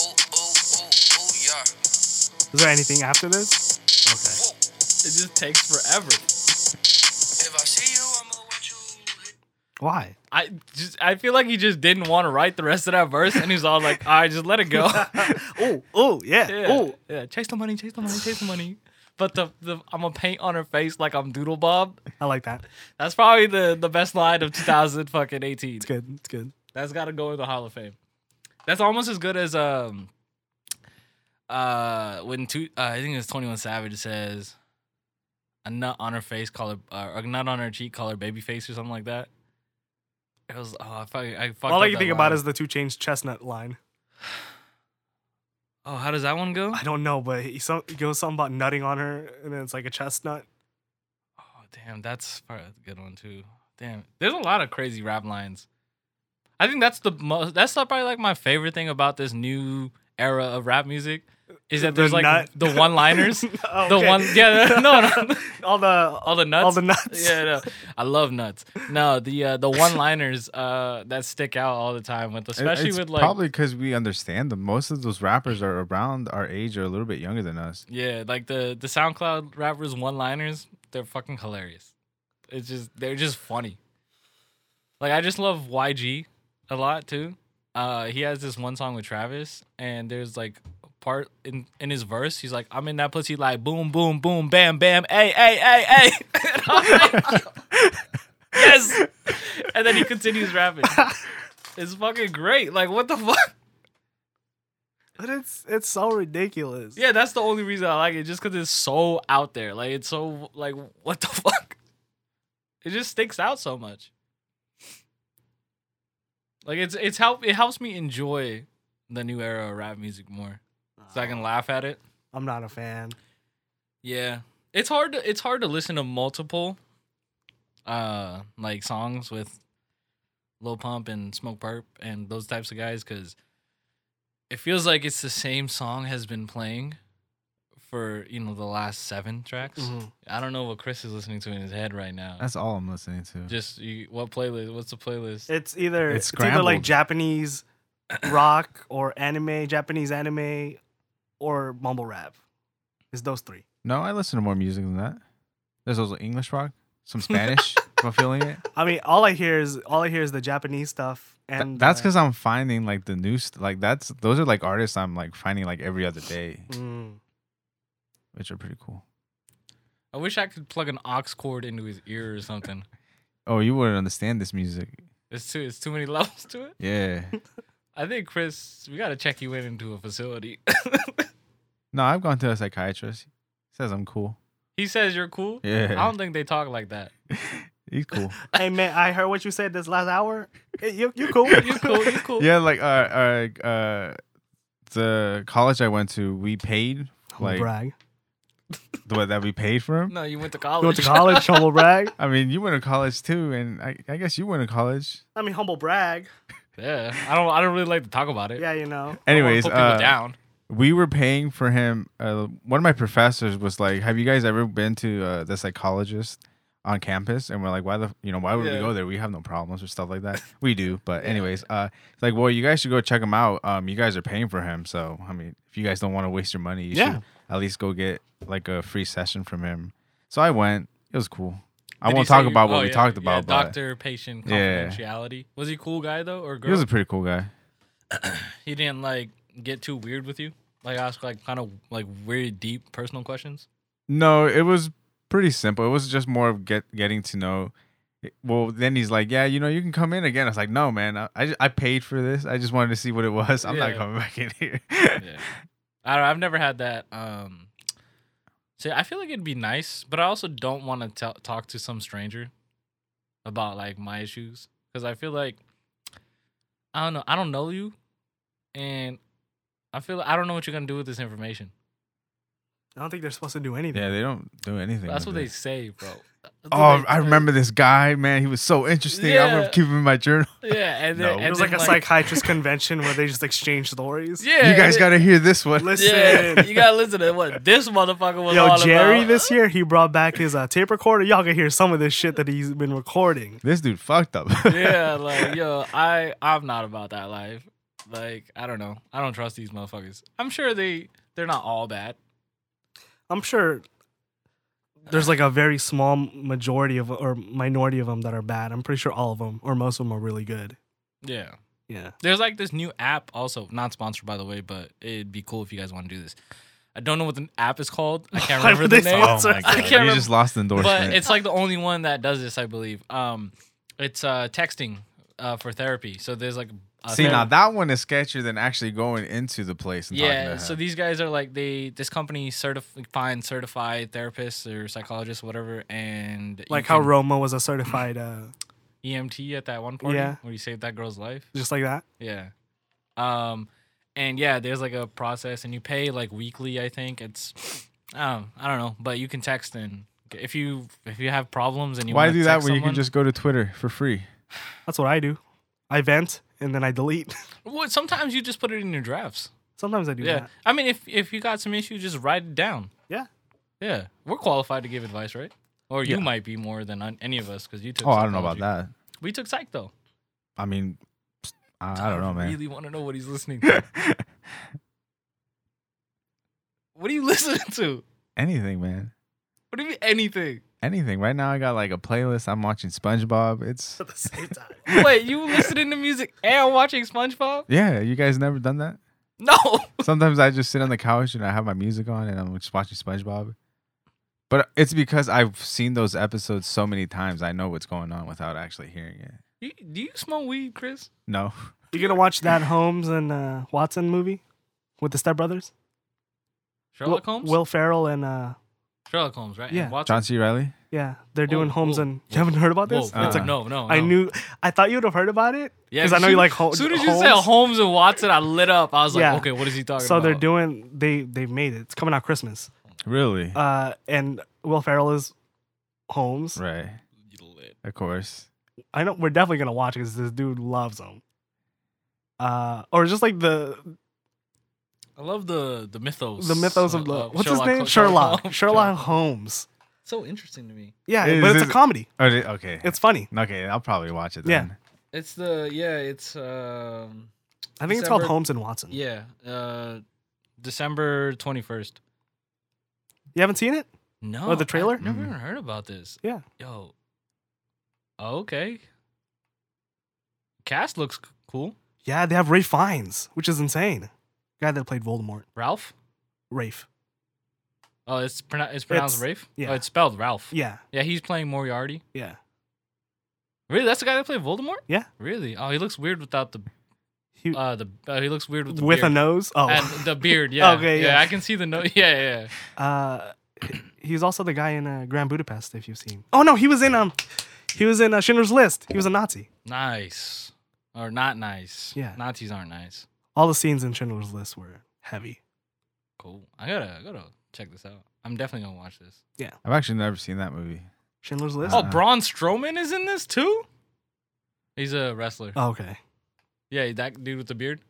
Speaker 4: Ooh, ooh, ooh, ooh, yeah.
Speaker 1: Is there anything after this? Okay.
Speaker 4: Woo.
Speaker 3: It just takes forever.
Speaker 4: If I see you, I'ma want you. Hit
Speaker 1: Why?
Speaker 3: I just I feel like he just didn't want to write the rest of that verse and he's all like, all right, just let it go.
Speaker 1: Oh, oh, yeah.
Speaker 3: yeah,
Speaker 1: Oh,
Speaker 3: yeah, chase the money, chase the money, chase the money. But the, the I'm gonna paint on her face like I'm Doodle Bob.
Speaker 1: I like that.
Speaker 3: That's probably the, the best line of 2000 fucking 18.
Speaker 1: It's good. It's good.
Speaker 3: That's got to go in the Hall of Fame. That's almost as good as um uh when two uh, I think it's Twenty One Savage says a nut on her face, call her uh, a nut on her cheek, call her baby face or something like that. It was oh I fucking I fucked
Speaker 1: All
Speaker 3: up
Speaker 1: I can
Speaker 3: that
Speaker 1: think about
Speaker 3: line.
Speaker 1: is the two chains chestnut line.
Speaker 3: oh how does that one go?
Speaker 1: I don't know, but he, so, he goes something about nutting on her, and then it's like a chestnut.
Speaker 3: Oh damn, that's probably a good one too. Damn, there's a lot of crazy rap lines. I think that's the most. That's probably like my favorite thing about this new era of rap music is that
Speaker 1: The
Speaker 3: there's like
Speaker 1: nut.
Speaker 3: the one-liners.
Speaker 1: Oh,
Speaker 3: The
Speaker 1: okay.
Speaker 3: one, yeah, no, no.
Speaker 1: all the
Speaker 3: all the nuts.
Speaker 1: all the nuts.
Speaker 3: Yeah, no. I love nuts. No, the uh, the one-liners uh, that stick out all the time with,
Speaker 2: It-
Speaker 3: especially
Speaker 2: it's
Speaker 3: with like,
Speaker 2: probably because we understand them. Most of those rappers are around our age or a little bit younger than us.
Speaker 3: yeah, like the the SoundCloud rappers one-liners. They're fucking hilarious. It's just they're just funny. Like I just love YG a lot too. Uh, he has this one song with Travis, and there's like a part in in his verse. He's like, "I'm in that pussy like boom, boom, boom, bam, bam, hey, hey, hey, hey." And I'm like, yes. And then he continues rapping. It's fucking great. Like, what the fuck?
Speaker 1: But it's it's so ridiculous.
Speaker 3: Yeah, that's the only reason I like it, just because it's so out there. Like, it's so like, what the fuck? It just sticks out so much. Like, it's it's help it helps me enjoy the new era of rap music more, so I can laugh at it.
Speaker 1: I'm not a fan.
Speaker 3: Yeah. It's hard to it's hard to listen to multiple uh like songs with Lil Pump and Smoke Perp and those types of guys cuz it feels like it's the same song has been playing for, you know, the last 7 tracks.
Speaker 1: Mhm.
Speaker 3: I don't know what Chris is listening to in his head right now.
Speaker 2: That's all I'm listening to.
Speaker 3: Just you, what playlist? What's the playlist?
Speaker 1: It's either
Speaker 2: It's
Speaker 1: it's, either like
Speaker 2: scrambled.
Speaker 1: Japanese rock or anime, Japanese anime, or mumble rap. It's those three.
Speaker 2: no, I listen to more music than that. There's also English rock, some Spanish. if I'm feeling it.
Speaker 1: I mean, all I hear is all I hear is the Japanese stuff,
Speaker 2: Th-
Speaker 1: and
Speaker 2: that's
Speaker 1: uh,
Speaker 2: because I'm finding like the new st- like that's those are like artists I'm like finding like every other day,
Speaker 1: Mm.
Speaker 2: which are pretty cool.
Speaker 3: I wish I could plug an aux cord into his ear or something.
Speaker 2: Oh, you wouldn't understand this music.
Speaker 3: It's too it's too many levels to it.
Speaker 2: Yeah.
Speaker 3: I think Chris, we got to check you in into a facility.
Speaker 2: no, I've gone to a psychiatrist. He says I'm cool.
Speaker 3: He says you're cool.
Speaker 2: Yeah.
Speaker 3: I don't think they talk like that.
Speaker 2: He's cool.
Speaker 1: hey man, I heard what you said this last hour. Hey, you you cool?
Speaker 3: You cool. You cool.
Speaker 2: yeah, like uh, uh, uh, the college I went to, we paid
Speaker 1: Humble
Speaker 2: like
Speaker 1: brag.
Speaker 2: the way that we paid for him.
Speaker 3: No, you went to
Speaker 1: You went
Speaker 3: college.
Speaker 1: to college, humble brag.
Speaker 2: I mean, you went to college too, and I, I guess you went to college.
Speaker 1: I mean, humble brag.
Speaker 3: yeah. I don't. I don't really like to talk about it.
Speaker 1: Yeah, you know.
Speaker 3: I don't wanna
Speaker 2: Anyways,
Speaker 3: put people
Speaker 2: uh,
Speaker 3: down.
Speaker 2: we were paying for him. Uh, one of my professors was like, "Have you guys ever been to uh, the psychologist on campus?" And we're like, "Why the you know why would we
Speaker 3: Yeah.
Speaker 2: go there? We have no problems or stuff like that. we do, but anyways, uh, it's like, well, you guys should go check him out. Um, you guys are paying for him, so I mean, if you guys don't want to waste your money, you
Speaker 1: Yeah.
Speaker 2: should at least go get like a free session from him." So I went. It was cool. I
Speaker 3: Did he
Speaker 2: won't
Speaker 3: say
Speaker 2: talk
Speaker 3: you-
Speaker 2: about what
Speaker 3: oh,
Speaker 2: we
Speaker 3: yeah,
Speaker 2: talked
Speaker 3: yeah,
Speaker 2: about, but
Speaker 3: doctor patient
Speaker 2: Yeah.
Speaker 3: confidentiality. Was he a cool guy though, or
Speaker 2: he
Speaker 3: girl?
Speaker 2: was
Speaker 3: He,
Speaker 2: a pretty cool guy.
Speaker 3: didn't like get too weird with you. Like ask like kind of like weird deep personal questions.
Speaker 2: No, it was pretty simple. It was just more of get getting to know. eh, Well, then he's like, "Yeah, you know, you can come in again." I was like, "No, man, I I, ju- I paid for this. I just wanted to see what it was. I'm
Speaker 3: Yeah.
Speaker 2: not coming back in here."
Speaker 3: Yeah. I don't. I've never had that. Um. See, I feel like it'd be nice, but I also don't want to talk to some stranger about like my issues because I feel like I don't know. I don't know you, and I feel I don't know what you're gonna do with this information.
Speaker 1: I don't think they're supposed to do anything.
Speaker 2: yeah, they don't do anything.
Speaker 3: That's
Speaker 2: with
Speaker 3: what they
Speaker 2: it.
Speaker 3: say, bro. That's what
Speaker 2: Oh,
Speaker 3: they-
Speaker 2: I remember this guy, man. He was so interesting. I'm
Speaker 3: Yeah.
Speaker 2: gonna keep him in my journal.
Speaker 3: Yeah, and then
Speaker 2: No.
Speaker 3: and
Speaker 2: It
Speaker 1: It was
Speaker 3: then,
Speaker 1: like a psychiatrist convention where they just exchange stories.
Speaker 3: Yeah,
Speaker 2: you guys
Speaker 3: and-
Speaker 2: gotta hear this one.
Speaker 1: Listen.
Speaker 3: Yeah, you gotta listen to what this motherfucker was
Speaker 1: Yo,
Speaker 3: all
Speaker 1: Jerry,
Speaker 3: about.
Speaker 1: this year he brought back his uh, tape recorder. Y'all can hear some of this shit that he's been recording.
Speaker 2: This dude fucked up.
Speaker 3: yeah, like yo, I I'm not about that life. Like I don't know, I don't trust these motherfuckers. I'm sure they they're not all bad.
Speaker 1: I'm sure there's like a very small majority of or minority of them that are bad. I'm pretty sure all of them or most of them are really good.
Speaker 3: Yeah,
Speaker 1: Yeah.
Speaker 3: there's like this new app also, not sponsored by the way, but it'd be cool if you guys want to do this. I don't know what the app is called. I can't
Speaker 1: Why
Speaker 3: remember
Speaker 1: would
Speaker 3: the
Speaker 1: they
Speaker 3: name.
Speaker 1: sponsor
Speaker 2: oh my
Speaker 1: I
Speaker 2: god,
Speaker 3: can't
Speaker 2: you
Speaker 3: remember-
Speaker 2: just lost the endorsement.
Speaker 3: but it's like the only one that does this, I believe. Um, it's uh, texting uh, for therapy. So there's like Uh,
Speaker 2: See,
Speaker 3: so-
Speaker 2: now that one is sketchier than actually going into the place and
Speaker 3: yeah.
Speaker 2: talking to
Speaker 3: So
Speaker 2: her.
Speaker 3: these guys are like they this company certif- find certified therapists or psychologists, whatever, and you
Speaker 1: Like how
Speaker 3: can
Speaker 1: Roma was a certified, uh,
Speaker 3: EMT E at that one party
Speaker 1: Yeah.
Speaker 3: where you saved that girl's life.
Speaker 1: just like that.
Speaker 3: Yeah. Um, and yeah, there's like a process, and you pay like weekly. I think it's, um, I don't know, but you can text and if you if you have problems and you
Speaker 2: Why
Speaker 3: wanna
Speaker 2: do that
Speaker 3: text
Speaker 2: when you can
Speaker 3: someone-
Speaker 2: just go to Twitter for free?
Speaker 1: That's what I do. I vent and then I delete.
Speaker 3: well, sometimes you just put it in your drafts.
Speaker 1: Sometimes I do
Speaker 3: Yeah.
Speaker 1: that.
Speaker 3: I mean, if if you got some issues, just write it down.
Speaker 1: Yeah.
Speaker 3: Yeah, we're qualified to give advice, right? Or you
Speaker 2: Yeah.
Speaker 3: might be more than un- any of us because you took.
Speaker 2: Oh, I don't know about
Speaker 3: psychology.
Speaker 2: that.
Speaker 3: We took psych though.
Speaker 2: I mean, I, I don't know, man.
Speaker 3: Really want to know what he's listening to. what are you listening to?
Speaker 2: Anything, man.
Speaker 3: What do you mean anything?
Speaker 2: Anything. Right now, I got like a playlist. I'm watching SpongeBob. It's
Speaker 1: At the same time.
Speaker 3: Wait, you listening to music and watching SpongeBob?
Speaker 2: yeah. You guys never done that?
Speaker 3: No.
Speaker 2: Sometimes I just sit on the couch and I have my music on and I'm just watching SpongeBob. But it's because I've seen those episodes so many times. I know what's going on without actually hearing it.
Speaker 3: You, do you smoke weed, Chris?
Speaker 2: No.
Speaker 1: You gonna watch that Holmes and uh, Watson movie with the Step Brothers?
Speaker 3: Sherlock
Speaker 1: Will-
Speaker 3: Holmes.
Speaker 1: Will Ferrell and uh,
Speaker 3: Sherlock Holmes, right? And
Speaker 1: Yeah.
Speaker 3: Watson.
Speaker 2: John C. Riley?
Speaker 1: yeah, they're doing
Speaker 3: Oh,
Speaker 1: Holmes
Speaker 3: whoa,
Speaker 1: and you haven't heard about
Speaker 3: Whoa,
Speaker 1: this?
Speaker 3: whoa,
Speaker 1: It's a-
Speaker 3: no, no,
Speaker 1: I
Speaker 3: no.
Speaker 1: knew. I thought you'd have heard about it.
Speaker 3: Yeah,
Speaker 1: 'cause I know
Speaker 3: soon-
Speaker 1: you like Hol-
Speaker 3: As soon as you said
Speaker 1: Holmes.
Speaker 3: Holmes and Watson, I lit up. I was like,
Speaker 1: Yeah.
Speaker 3: okay, what is he talking
Speaker 1: So
Speaker 3: about?
Speaker 1: they're doing. They they've made it. It's coming out Christmas.
Speaker 2: Really?
Speaker 1: Uh, and Will Ferrell is Holmes.
Speaker 2: right.
Speaker 3: doing.
Speaker 2: Of course.
Speaker 1: I know we're definitely gonna watch it because this dude loves him. Uh, or just like the
Speaker 3: I love the the mythos.
Speaker 1: the mythos of
Speaker 3: uh,
Speaker 1: the what's his
Speaker 3: Sherlock
Speaker 1: name
Speaker 3: Holmes-
Speaker 1: Sherlock Sherlock
Speaker 3: Sherlock.
Speaker 1: Holmes.
Speaker 3: So interesting to me.
Speaker 1: Yeah,
Speaker 2: Is
Speaker 1: but it's a
Speaker 2: this-
Speaker 1: comedy.
Speaker 2: Oh, they- okay.
Speaker 1: It's funny.
Speaker 2: okay. I'll probably watch it
Speaker 1: Yeah.
Speaker 2: then.
Speaker 3: It's the yeah. It's um
Speaker 1: I think it's called
Speaker 3: December-
Speaker 1: Holmes and Watson.
Speaker 3: yeah. Uh, December twenty first.
Speaker 1: You haven't seen it?
Speaker 3: No.
Speaker 1: Oh, the trailer?
Speaker 3: I've never
Speaker 2: Mm.
Speaker 3: even heard about this.
Speaker 1: Yeah.
Speaker 3: Yo. Okay. Cast looks c- cool.
Speaker 1: Yeah, they have Ray Fiennes, which is insane. Guy that played Voldemort,
Speaker 3: Ralph.
Speaker 1: Rafe.
Speaker 3: Oh, it's pronounced it's pronounced
Speaker 1: It's-
Speaker 3: Rafe.
Speaker 1: yeah.
Speaker 3: Oh, it's spelled Ralph.
Speaker 1: Yeah,
Speaker 3: Yeah, he's playing Moriarty.
Speaker 1: yeah.
Speaker 3: Really, that's the guy that played Voldemort.
Speaker 1: Yeah.
Speaker 3: Really? Oh, he looks weird without the
Speaker 1: He,
Speaker 3: uh the uh, he looks weird with
Speaker 1: with
Speaker 3: the
Speaker 1: a
Speaker 3: beard.
Speaker 1: nose. Oh,
Speaker 3: and the beard. Yeah.
Speaker 1: Okay,
Speaker 3: Yeah,
Speaker 1: yeah.
Speaker 3: I can see the nose. Yeah, yeah. yeah.
Speaker 1: uh, he's also the guy in uh, Grand Budapest. If you've seen. Oh no, he was in um, he was in uh, Schindler's List. He was a Nazi.
Speaker 3: Nice or not nice.
Speaker 1: Yeah.
Speaker 3: Nazis aren't nice.
Speaker 1: All the scenes in Schindler's List were heavy.
Speaker 3: Cool. I gotta I gotta check this out. I'm definitely gonna watch this.
Speaker 2: I've actually never seen that movie.
Speaker 1: Schindler's List.
Speaker 3: Oh,
Speaker 2: Uh-uh.
Speaker 3: Braun Strowman is in this too. He's a wrestler.
Speaker 1: Oh, okay.
Speaker 3: Yeah, that dude with the beard.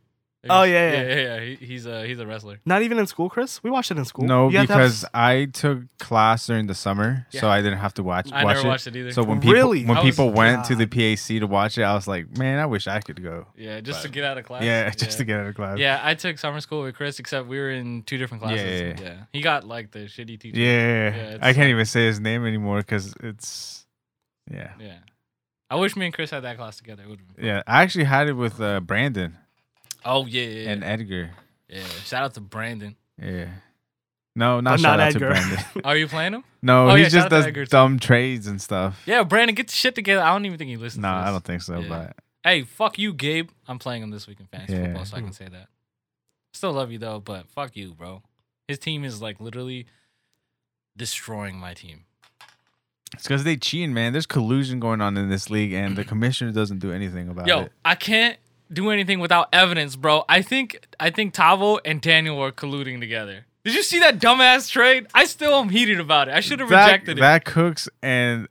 Speaker 1: Oh, yeah, yeah.
Speaker 3: yeah, yeah. yeah. He, he's a he's a wrestler.
Speaker 1: Not even in school, Chris. We watched it in school.
Speaker 2: No,
Speaker 1: You have to have-
Speaker 2: because I took class during the summer, so
Speaker 3: Yeah.
Speaker 2: I didn't have to watch,
Speaker 3: I
Speaker 2: watch
Speaker 3: never
Speaker 2: it.
Speaker 3: watched it either.
Speaker 2: So when people
Speaker 1: Really?
Speaker 2: when
Speaker 3: I was-
Speaker 2: people went to the
Speaker 1: God.
Speaker 2: PAC to watch it, I was like, man, I wish I could go.
Speaker 3: yeah, just to
Speaker 2: but-
Speaker 3: get out of class.
Speaker 2: yeah, just to get out of class.
Speaker 3: Yeah, I took summer school with Chris, except we were in two different classes.
Speaker 2: Yeah, yeah, yeah.
Speaker 3: He got like the shitty teacher.
Speaker 2: Yeah,
Speaker 3: Yeah,
Speaker 2: I
Speaker 3: it's-
Speaker 2: can't even say his name anymore because it's, yeah,
Speaker 3: Yeah. I wish me and Chris had that class together. It would have been.
Speaker 2: yeah. I actually had it with uh, Brandon
Speaker 3: Oh yeah, yeah, yeah.
Speaker 2: and Edgar.
Speaker 3: yeah. Shout out to Brandon.
Speaker 2: Yeah, no, not
Speaker 1: But
Speaker 2: shout
Speaker 1: not
Speaker 2: out
Speaker 1: Edgar.
Speaker 2: to Brandon.
Speaker 3: Are you playing him?
Speaker 2: No,
Speaker 3: Oh,
Speaker 2: he
Speaker 3: yeah, shout
Speaker 2: just
Speaker 3: out to
Speaker 2: does
Speaker 3: Edgar, too.
Speaker 2: dumb trades and stuff.
Speaker 3: Yeah, Brandon, get the shit together. I don't even think he listens.
Speaker 2: Nah,
Speaker 3: to this.
Speaker 2: I don't think so.
Speaker 3: Yeah.
Speaker 2: But
Speaker 3: Hey, fuck you, Gabe. I'm playing him this week in fantasy
Speaker 2: Yeah.
Speaker 3: football, so I can say that. Still love you though, but fuck you, bro. His team is like literally destroying my team.
Speaker 2: it's because they cheating, man. There's collusion going on in this league, and the commissioner doesn't do anything about
Speaker 3: Yo,
Speaker 2: it.
Speaker 3: I can't do anything without evidence, bro. I think I think Tavo and Daniel are colluding together. Did you see that dumbass trade? I still am heated about it. I should have
Speaker 2: That-
Speaker 3: rejected it.
Speaker 2: That Cooks and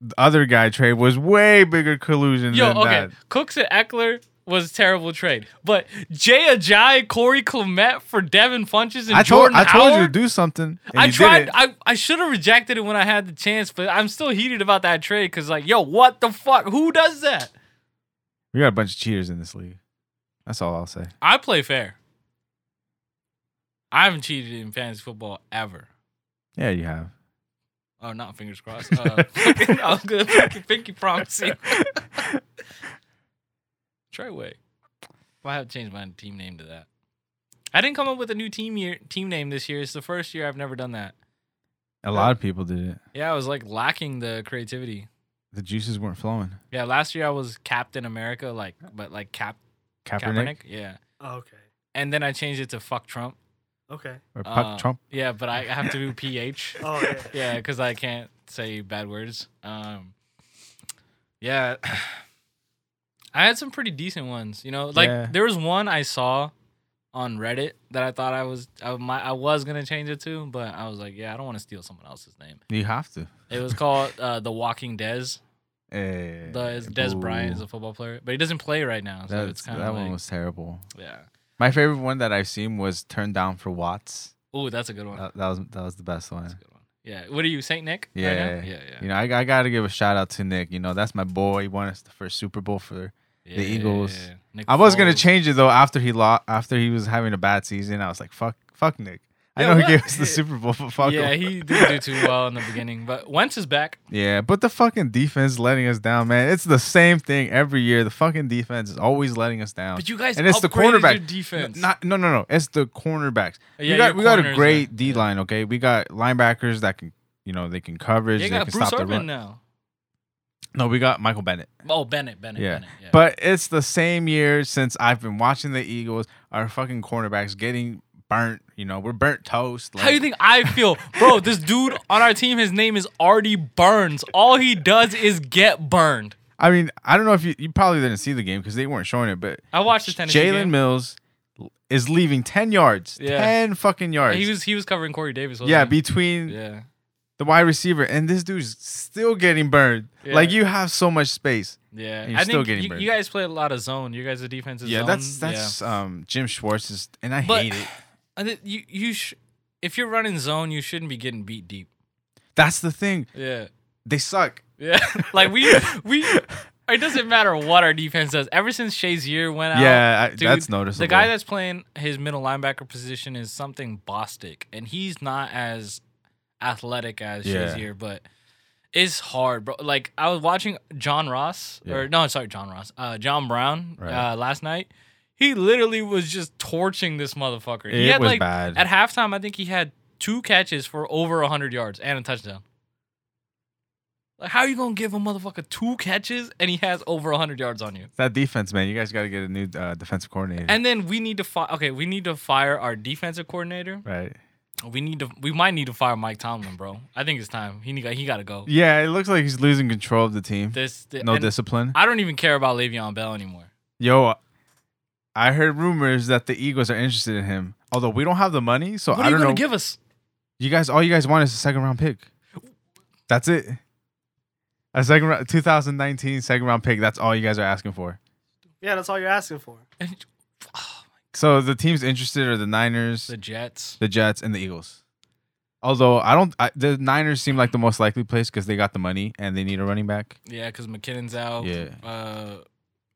Speaker 2: the other guy trade was way bigger collusion
Speaker 3: Yo,
Speaker 2: than
Speaker 3: okay.
Speaker 2: that.
Speaker 3: Cooks and Eckler was a terrible trade, but Jay Ajayi, Corey Clement for Devin Funches and
Speaker 2: I told
Speaker 3: Jordan
Speaker 2: I told you
Speaker 3: Howard?
Speaker 2: to do something. and
Speaker 3: I
Speaker 2: you did
Speaker 3: tried.
Speaker 2: it.
Speaker 3: I, I should have rejected it when I had the chance, but I'm still heated about that trade because, like, yo, what the fuck? Who does that?
Speaker 2: We got a bunch of cheaters in this league. That's all I'll say.
Speaker 3: I play fair. I haven't cheated in fantasy football ever.
Speaker 2: Yeah, you have.
Speaker 3: Oh, not fingers crossed. Uh, fucking, I'm good. Fucking pinky promise you. Treyway. Well, I have to change my team name to that. I didn't come up with a new team year, team name this year. It's the first year I've never done that.
Speaker 2: A lot of people did it.
Speaker 3: Yeah, I was like lacking the creativity.
Speaker 2: The juices weren't flowing.
Speaker 3: Yeah, last year I was Captain America, like, but like Cap
Speaker 2: Kaepernick,
Speaker 3: Kaepernick. Yeah.
Speaker 1: Oh, okay.
Speaker 3: And then I changed it to fuck Trump.
Speaker 1: Okay.
Speaker 2: or Puck
Speaker 3: Uh,
Speaker 2: Trump.
Speaker 3: Yeah, but I have to do PH.
Speaker 1: Oh yeah.
Speaker 3: yeah, because I can't say bad words. Um, yeah, I had some pretty decent ones. You know, like
Speaker 2: Yeah.
Speaker 3: there was one I saw on Reddit that I thought I was I, my, I was gonna change it to, but I was like, yeah, I don't want to steal someone else's name.
Speaker 2: You have to.
Speaker 3: It was called uh, the Walking Dez.
Speaker 2: Eh,
Speaker 3: The it's Des
Speaker 2: boo.
Speaker 3: Bryant is a football player, but he doesn't play right now, so
Speaker 2: That's-
Speaker 3: it's kind
Speaker 2: that
Speaker 3: of like,
Speaker 2: one was terrible.
Speaker 3: yeah.
Speaker 2: My favorite one that I've seen was "Turned Down for Watts."
Speaker 3: Oh, that's a good one.
Speaker 2: That, that was that was the best
Speaker 3: That's a
Speaker 2: one.
Speaker 3: good one. Yeah. What are you, Saint Nick? right now?
Speaker 2: Uh, Yeah.
Speaker 3: yeah, yeah.
Speaker 2: You know, I, I gotta give a shout out to Nick. You know, that's my boy. He won us the first Super Bowl for. the Eagles.
Speaker 3: Yeah. Nick
Speaker 2: I was gonna
Speaker 3: Foles.
Speaker 2: change it though after he lost. After he was having a bad season, I was like, "Fuck, fuck Nick." I
Speaker 3: Yeah,
Speaker 2: know
Speaker 3: what?
Speaker 2: he gave us the Super Bowl, but fuck
Speaker 3: yeah,
Speaker 2: him.
Speaker 3: he didn't do too well in the beginning, but Wentz is back.
Speaker 2: Yeah, but the fucking defense letting us down, man. It's the same thing every year. The fucking defense is always letting us down.
Speaker 3: But you guys
Speaker 2: and it's the
Speaker 3: upgraded
Speaker 2: cornerback
Speaker 3: your defense.
Speaker 2: N- Not no no no. It's the cornerbacks.
Speaker 3: Yeah,
Speaker 2: we got
Speaker 3: your
Speaker 2: we got a
Speaker 3: corners
Speaker 2: great
Speaker 3: are-
Speaker 2: D line. Okay, we got linebackers that can you know they can coverage.
Speaker 3: They
Speaker 2: they
Speaker 3: got
Speaker 2: can
Speaker 3: Bruce
Speaker 2: stop the
Speaker 3: Irvin
Speaker 2: run.
Speaker 3: now.
Speaker 2: No, we got Michael Bennett.
Speaker 3: Oh, Bennett, Bennett,
Speaker 2: Yeah.
Speaker 3: Bennett. Yeah.
Speaker 2: But it's the same year since I've been watching the Eagles. Our fucking cornerbacks getting burnt. You know, we're burnt toast.
Speaker 3: how you think I feel, bro? This dude on our team, his name is Artie Burns. All he does is get burned.
Speaker 2: I mean, I don't know if you you probably didn't see the game because they weren't showing it, but
Speaker 3: I watched the Tennessee
Speaker 2: Jalen
Speaker 3: game.
Speaker 2: Mills is leaving ten yards,
Speaker 3: Yeah.
Speaker 2: ten fucking yards.
Speaker 3: He was he was covering Corey Davis. Wasn't
Speaker 2: yeah,
Speaker 3: he?
Speaker 2: between
Speaker 3: yeah.
Speaker 2: the wide receiver and this dude's still getting burned.
Speaker 3: Yeah.
Speaker 2: Like you have so much space.
Speaker 3: Yeah,
Speaker 2: And you're
Speaker 3: I
Speaker 2: still
Speaker 3: think
Speaker 2: getting
Speaker 3: you,
Speaker 2: burned.
Speaker 3: you guys play a lot of zone. You guys' the defense is
Speaker 2: yeah,
Speaker 3: zone.
Speaker 2: that's that's um Jim Schwartz's, and I
Speaker 3: But-
Speaker 2: hate it.
Speaker 3: I think you you sh- if you're running zone, you shouldn't be getting beat deep.
Speaker 2: That's the thing.
Speaker 3: Yeah,
Speaker 2: They suck.
Speaker 3: yeah. like we we it doesn't matter what our defense does. Ever since Shazier went out,
Speaker 2: yeah, I,
Speaker 3: dude,
Speaker 2: that's noticeable.
Speaker 3: The guy that's playing his middle linebacker position is something Bostic, and he's not as athletic as
Speaker 2: Yeah.
Speaker 3: Shazier, but it's hard, bro. Like I was watching John Ross,
Speaker 2: Yeah.
Speaker 3: or no, sorry, John Ross, uh, John Brown
Speaker 2: Right.
Speaker 3: uh, last night. He literally was just torching this motherfucker. he
Speaker 2: It
Speaker 3: had
Speaker 2: was
Speaker 3: like
Speaker 2: bad.
Speaker 3: at halftime. I think he had two catches for over hundred yards and a touchdown. Like, how you gonna give a motherfucker two catches and he has over hundred yards on you?
Speaker 2: that defense, man. You guys got to get a new uh, defensive coordinator.
Speaker 3: And then we need to fire. Okay, we need to fire our defensive coordinator.
Speaker 2: right.
Speaker 3: We need to. We might need to fire Mike Tomlin, bro. I think it's time. He need, he got to go.
Speaker 2: Yeah, it looks like he's losing control of the team.
Speaker 3: This the,
Speaker 2: No
Speaker 3: and
Speaker 2: discipline.
Speaker 3: I don't even care about Le'Veon Bell anymore.
Speaker 2: Yo, I heard rumors that the Eagles are interested in him. Although we don't have the money, so
Speaker 3: What
Speaker 2: I
Speaker 3: are you
Speaker 2: don't
Speaker 3: gonna
Speaker 2: know.
Speaker 3: give us?
Speaker 2: You guys, all you guys want is a second round pick. That's it. A second round, 2019 second round pick. That's all you guys are asking for.
Speaker 1: Yeah, that's all you're asking for.
Speaker 2: So the teams interested are the Niners,
Speaker 3: The Jets.
Speaker 2: the Jets, and the Eagles. Although I don't, I, the Niners seem like the most likely place because they got the money and they need a running back.
Speaker 3: Yeah, because McKinnon's out.
Speaker 2: Yeah.
Speaker 3: Uh,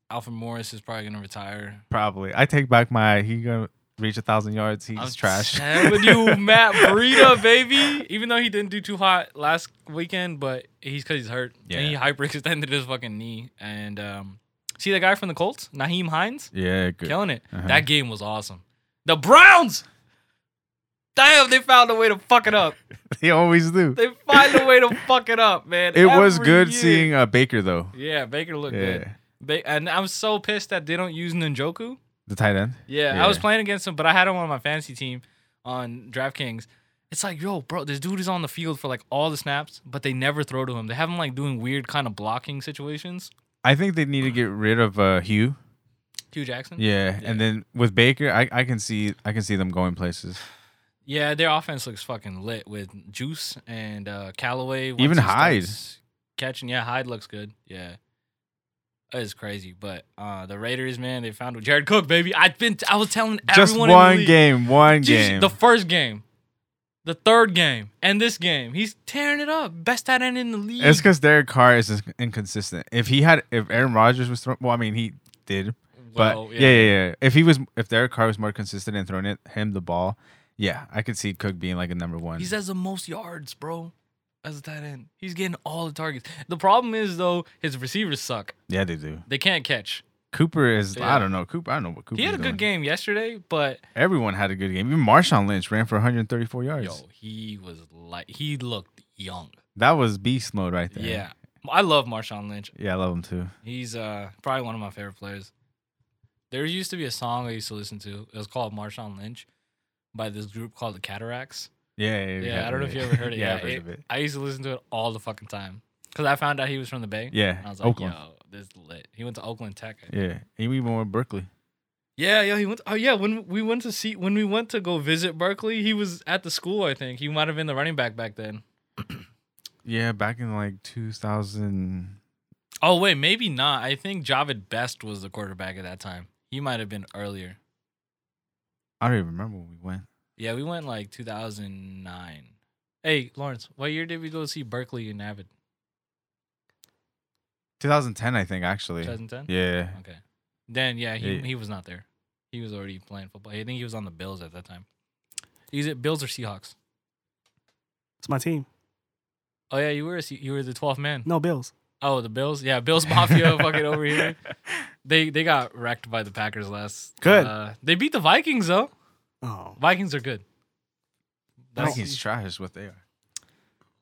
Speaker 3: Alfred Morris is probably gonna retire.
Speaker 2: Probably. I take back my. He gonna reach a thousand yards. He's trash.
Speaker 3: With you, Matt Breida, baby. Even though he didn't do too hot last weekend, but he's because he's hurt.
Speaker 2: Yeah.
Speaker 3: And he hyperextended his fucking knee. And um, see the guy from the Colts, Naheem Hines.
Speaker 2: Yeah, good.
Speaker 3: Killing it.
Speaker 2: Uh-huh.
Speaker 3: That game was awesome. The Browns. Damn, they found a way to fuck it up.
Speaker 2: They always do.
Speaker 3: They find a way to fuck it up, man.
Speaker 2: It was
Speaker 3: Every
Speaker 2: good
Speaker 3: year.
Speaker 2: seeing uh, Baker though.
Speaker 3: Yeah, Baker looked good.
Speaker 2: Yeah,
Speaker 3: Ba- and I'm so pissed that they don't use Ninjoku.
Speaker 2: the tight end.
Speaker 3: Yeah, I was
Speaker 2: Yeah.
Speaker 3: playing against him, but I had him on my fantasy team on DraftKings. It's like, yo, bro, this dude is on the field for like all the snaps, but they never throw to him. They have him like doing weird kind of blocking situations.
Speaker 2: I think they need to get rid of uh, Hugh.
Speaker 3: Hugh Jackson.
Speaker 2: Yeah,
Speaker 3: Mm-hmm. Yeah.
Speaker 2: and then with Baker, I, I can see I can see them going places.
Speaker 3: Yeah, their offense looks fucking lit with Juice and uh Callaway. once
Speaker 2: Even
Speaker 3: he
Speaker 2: Hyde.
Speaker 3: starts catching. Yeah, Hyde looks good. Yeah, it's crazy. But uh the Raiders, man, they found Jared Cook, baby. I've been. I was telling
Speaker 2: Just
Speaker 3: everyone. in the
Speaker 2: one
Speaker 3: league.
Speaker 2: game, one
Speaker 3: Jeez,
Speaker 2: game.
Speaker 3: The first game, the third game, and this game, he's tearing it up. Best tight end in the league.
Speaker 2: it's because Derek Carr is just inconsistent. If he had, if Aaron Rodgers was throwing, well, I mean he did, but
Speaker 3: Well,
Speaker 2: yeah. yeah, yeah, If he was, if Derek Carr was more consistent in throwing it, him the ball, yeah, I could see Cook being like a number one.
Speaker 3: He's has the most yards, bro. As a tight end, he's getting all the targets. The problem is though, his receivers suck.
Speaker 2: yeah, they do.
Speaker 3: They can't catch.
Speaker 2: Cooper is,
Speaker 3: Yeah.
Speaker 2: I don't know, Cooper. I don't know what Cooper.
Speaker 3: He had a
Speaker 2: is
Speaker 3: good
Speaker 2: doing.
Speaker 3: game yesterday, but
Speaker 2: Everyone had a good game. Even Marshawn Lynch ran for 134 yards.
Speaker 3: Yo, he was like he looked young.
Speaker 2: That was beast mode right there.
Speaker 3: Yeah. I love Marshawn Lynch.
Speaker 2: Yeah, I love him too.
Speaker 3: He's uh probably one of my favorite players. There used to be a song I used to listen to. It was called Marshawn Lynch by this group called the Cataracts.
Speaker 2: Yeah, yeah.
Speaker 3: Yeah, I don't know if you ever heard it.
Speaker 2: yeah,
Speaker 3: yeah,
Speaker 2: I've heard
Speaker 3: it-
Speaker 2: of it.
Speaker 3: I used to listen to it all the fucking time because I found out he was from the Bay.
Speaker 2: Yeah,
Speaker 3: And I was like,
Speaker 2: Oakland.
Speaker 3: yo, this is lit. He went to Oakland Tech. I think.
Speaker 2: Yeah, and we even went to Berkeley.
Speaker 3: Yeah, yeah, he went. oh yeah, when we went to see when we went to go visit Berkeley, he was at the school. I think he might have been the running back back then.
Speaker 2: Yeah, back in like 2000.
Speaker 3: Oh wait, maybe not. I think Javid Best was the quarterback at that time. He might have been earlier.
Speaker 2: I don't even remember when we went.
Speaker 3: Yeah, we went like 2009. Hey, Lawrence, what year did we go see Berkeley and Avid?
Speaker 2: 2010, I think actually.
Speaker 3: 2010.
Speaker 2: Yeah,
Speaker 3: Okay. Then yeah, he
Speaker 2: Yeah.
Speaker 3: he was not there. He was already playing football. I think he was on the Bills at that time. Is it Bills or Seahawks?
Speaker 1: It's my team.
Speaker 3: Oh yeah, you were a Se- you were the 12th man.
Speaker 1: No Bills.
Speaker 3: Oh, the Bills. Yeah, Bills Mafia fucking over here. They they got wrecked by the Packers last.
Speaker 1: Good.
Speaker 3: Uh, they beat the Vikings though.
Speaker 1: Oh,
Speaker 3: Vikings are good. That's-
Speaker 2: Vikings trash is what they are.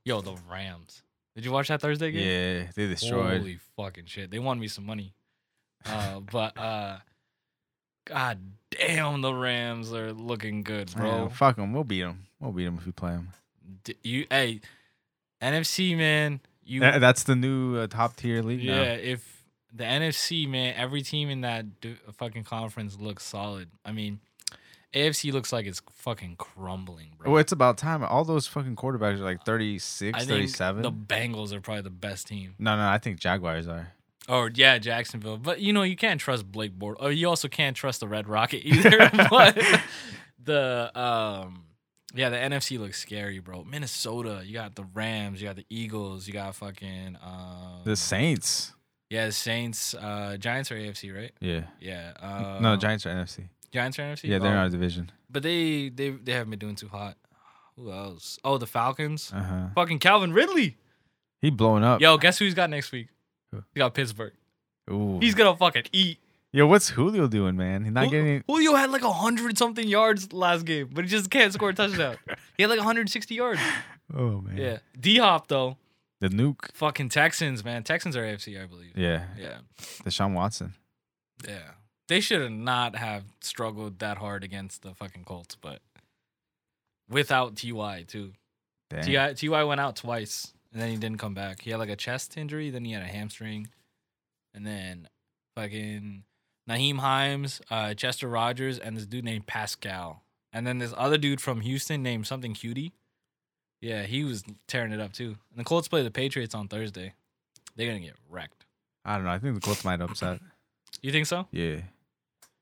Speaker 3: Yo, the Rams. Did you watch that Thursday game?
Speaker 2: Yeah, they destroyed.
Speaker 3: Holy fucking shit. They won me some money. Uh, but uh God damn the Rams are looking good,
Speaker 2: Yeah,
Speaker 3: bro.
Speaker 2: fuck them. We'll beat them. We'll beat them if we play them.
Speaker 3: D- you hey NFC man, you yeah,
Speaker 2: That's the new uh, top tier league now.
Speaker 3: if the NFC man, every team in that d- fucking conference looks solid. I mean, AFC looks like it's fucking crumbling, bro.
Speaker 2: Well, Oh, it's about time. All those fucking quarterbacks are like 36,
Speaker 3: I think
Speaker 2: 37.
Speaker 3: the Bengals are probably the best team.
Speaker 2: No, no, I think Jaguars are.
Speaker 3: Or Oh, yeah, Jacksonville. But you know, you can't trust Blake Bortles. Or you also can't trust the Red Rocket either. but the um yeah, the NFC looks scary, bro. Minnesota, you got the Rams, you got the Eagles, you got fucking um
Speaker 2: The Saints.
Speaker 3: Yeah, the Saints, uh Giants are AFC, right?
Speaker 2: Yeah.
Speaker 3: Yeah. Uh,
Speaker 2: no, Giants are NFC.
Speaker 3: Giants are NFC.
Speaker 2: Yeah, they're in
Speaker 3: Oh,
Speaker 2: our division.
Speaker 3: But they they they haven't been doing too hot. Who else? Oh, the Falcons.
Speaker 2: Uh huh.
Speaker 3: Fucking Calvin Ridley.
Speaker 2: He blowing up.
Speaker 3: Yo, guess who he's got next week?
Speaker 2: Who?
Speaker 3: He got Pittsburgh.
Speaker 2: Ooh.
Speaker 3: He's gonna fucking eat.
Speaker 2: Yo, what's Julio doing, man? He's not
Speaker 3: Jul-
Speaker 2: getting.
Speaker 3: Julio had like hundred something yards last game, but he just can't score a touchdown. he had like 160 yards.
Speaker 2: Oh man.
Speaker 3: Yeah. D Hop though,
Speaker 2: The nuke.
Speaker 3: fucking Texans, man. Texans are AFC, I believe.
Speaker 2: Yeah.
Speaker 3: Yeah,
Speaker 2: Deshaun Watson.
Speaker 3: yeah. They should not have struggled that hard against the fucking Colts, but without Ty too.
Speaker 2: Dang.
Speaker 3: Ti Ty went out twice, and then he didn't come back. He had like a chest injury, then he had a hamstring, and then fucking Naheem Himes, uh, Chester Rogers, and this dude named Pascal, and then this other dude from Houston named something Cutie. Yeah, he was tearing it up too. And the Colts play the Patriots on Thursday. They're gonna get wrecked.
Speaker 2: I don't know. I think the Colts might upset.
Speaker 3: You think so?
Speaker 2: Yeah.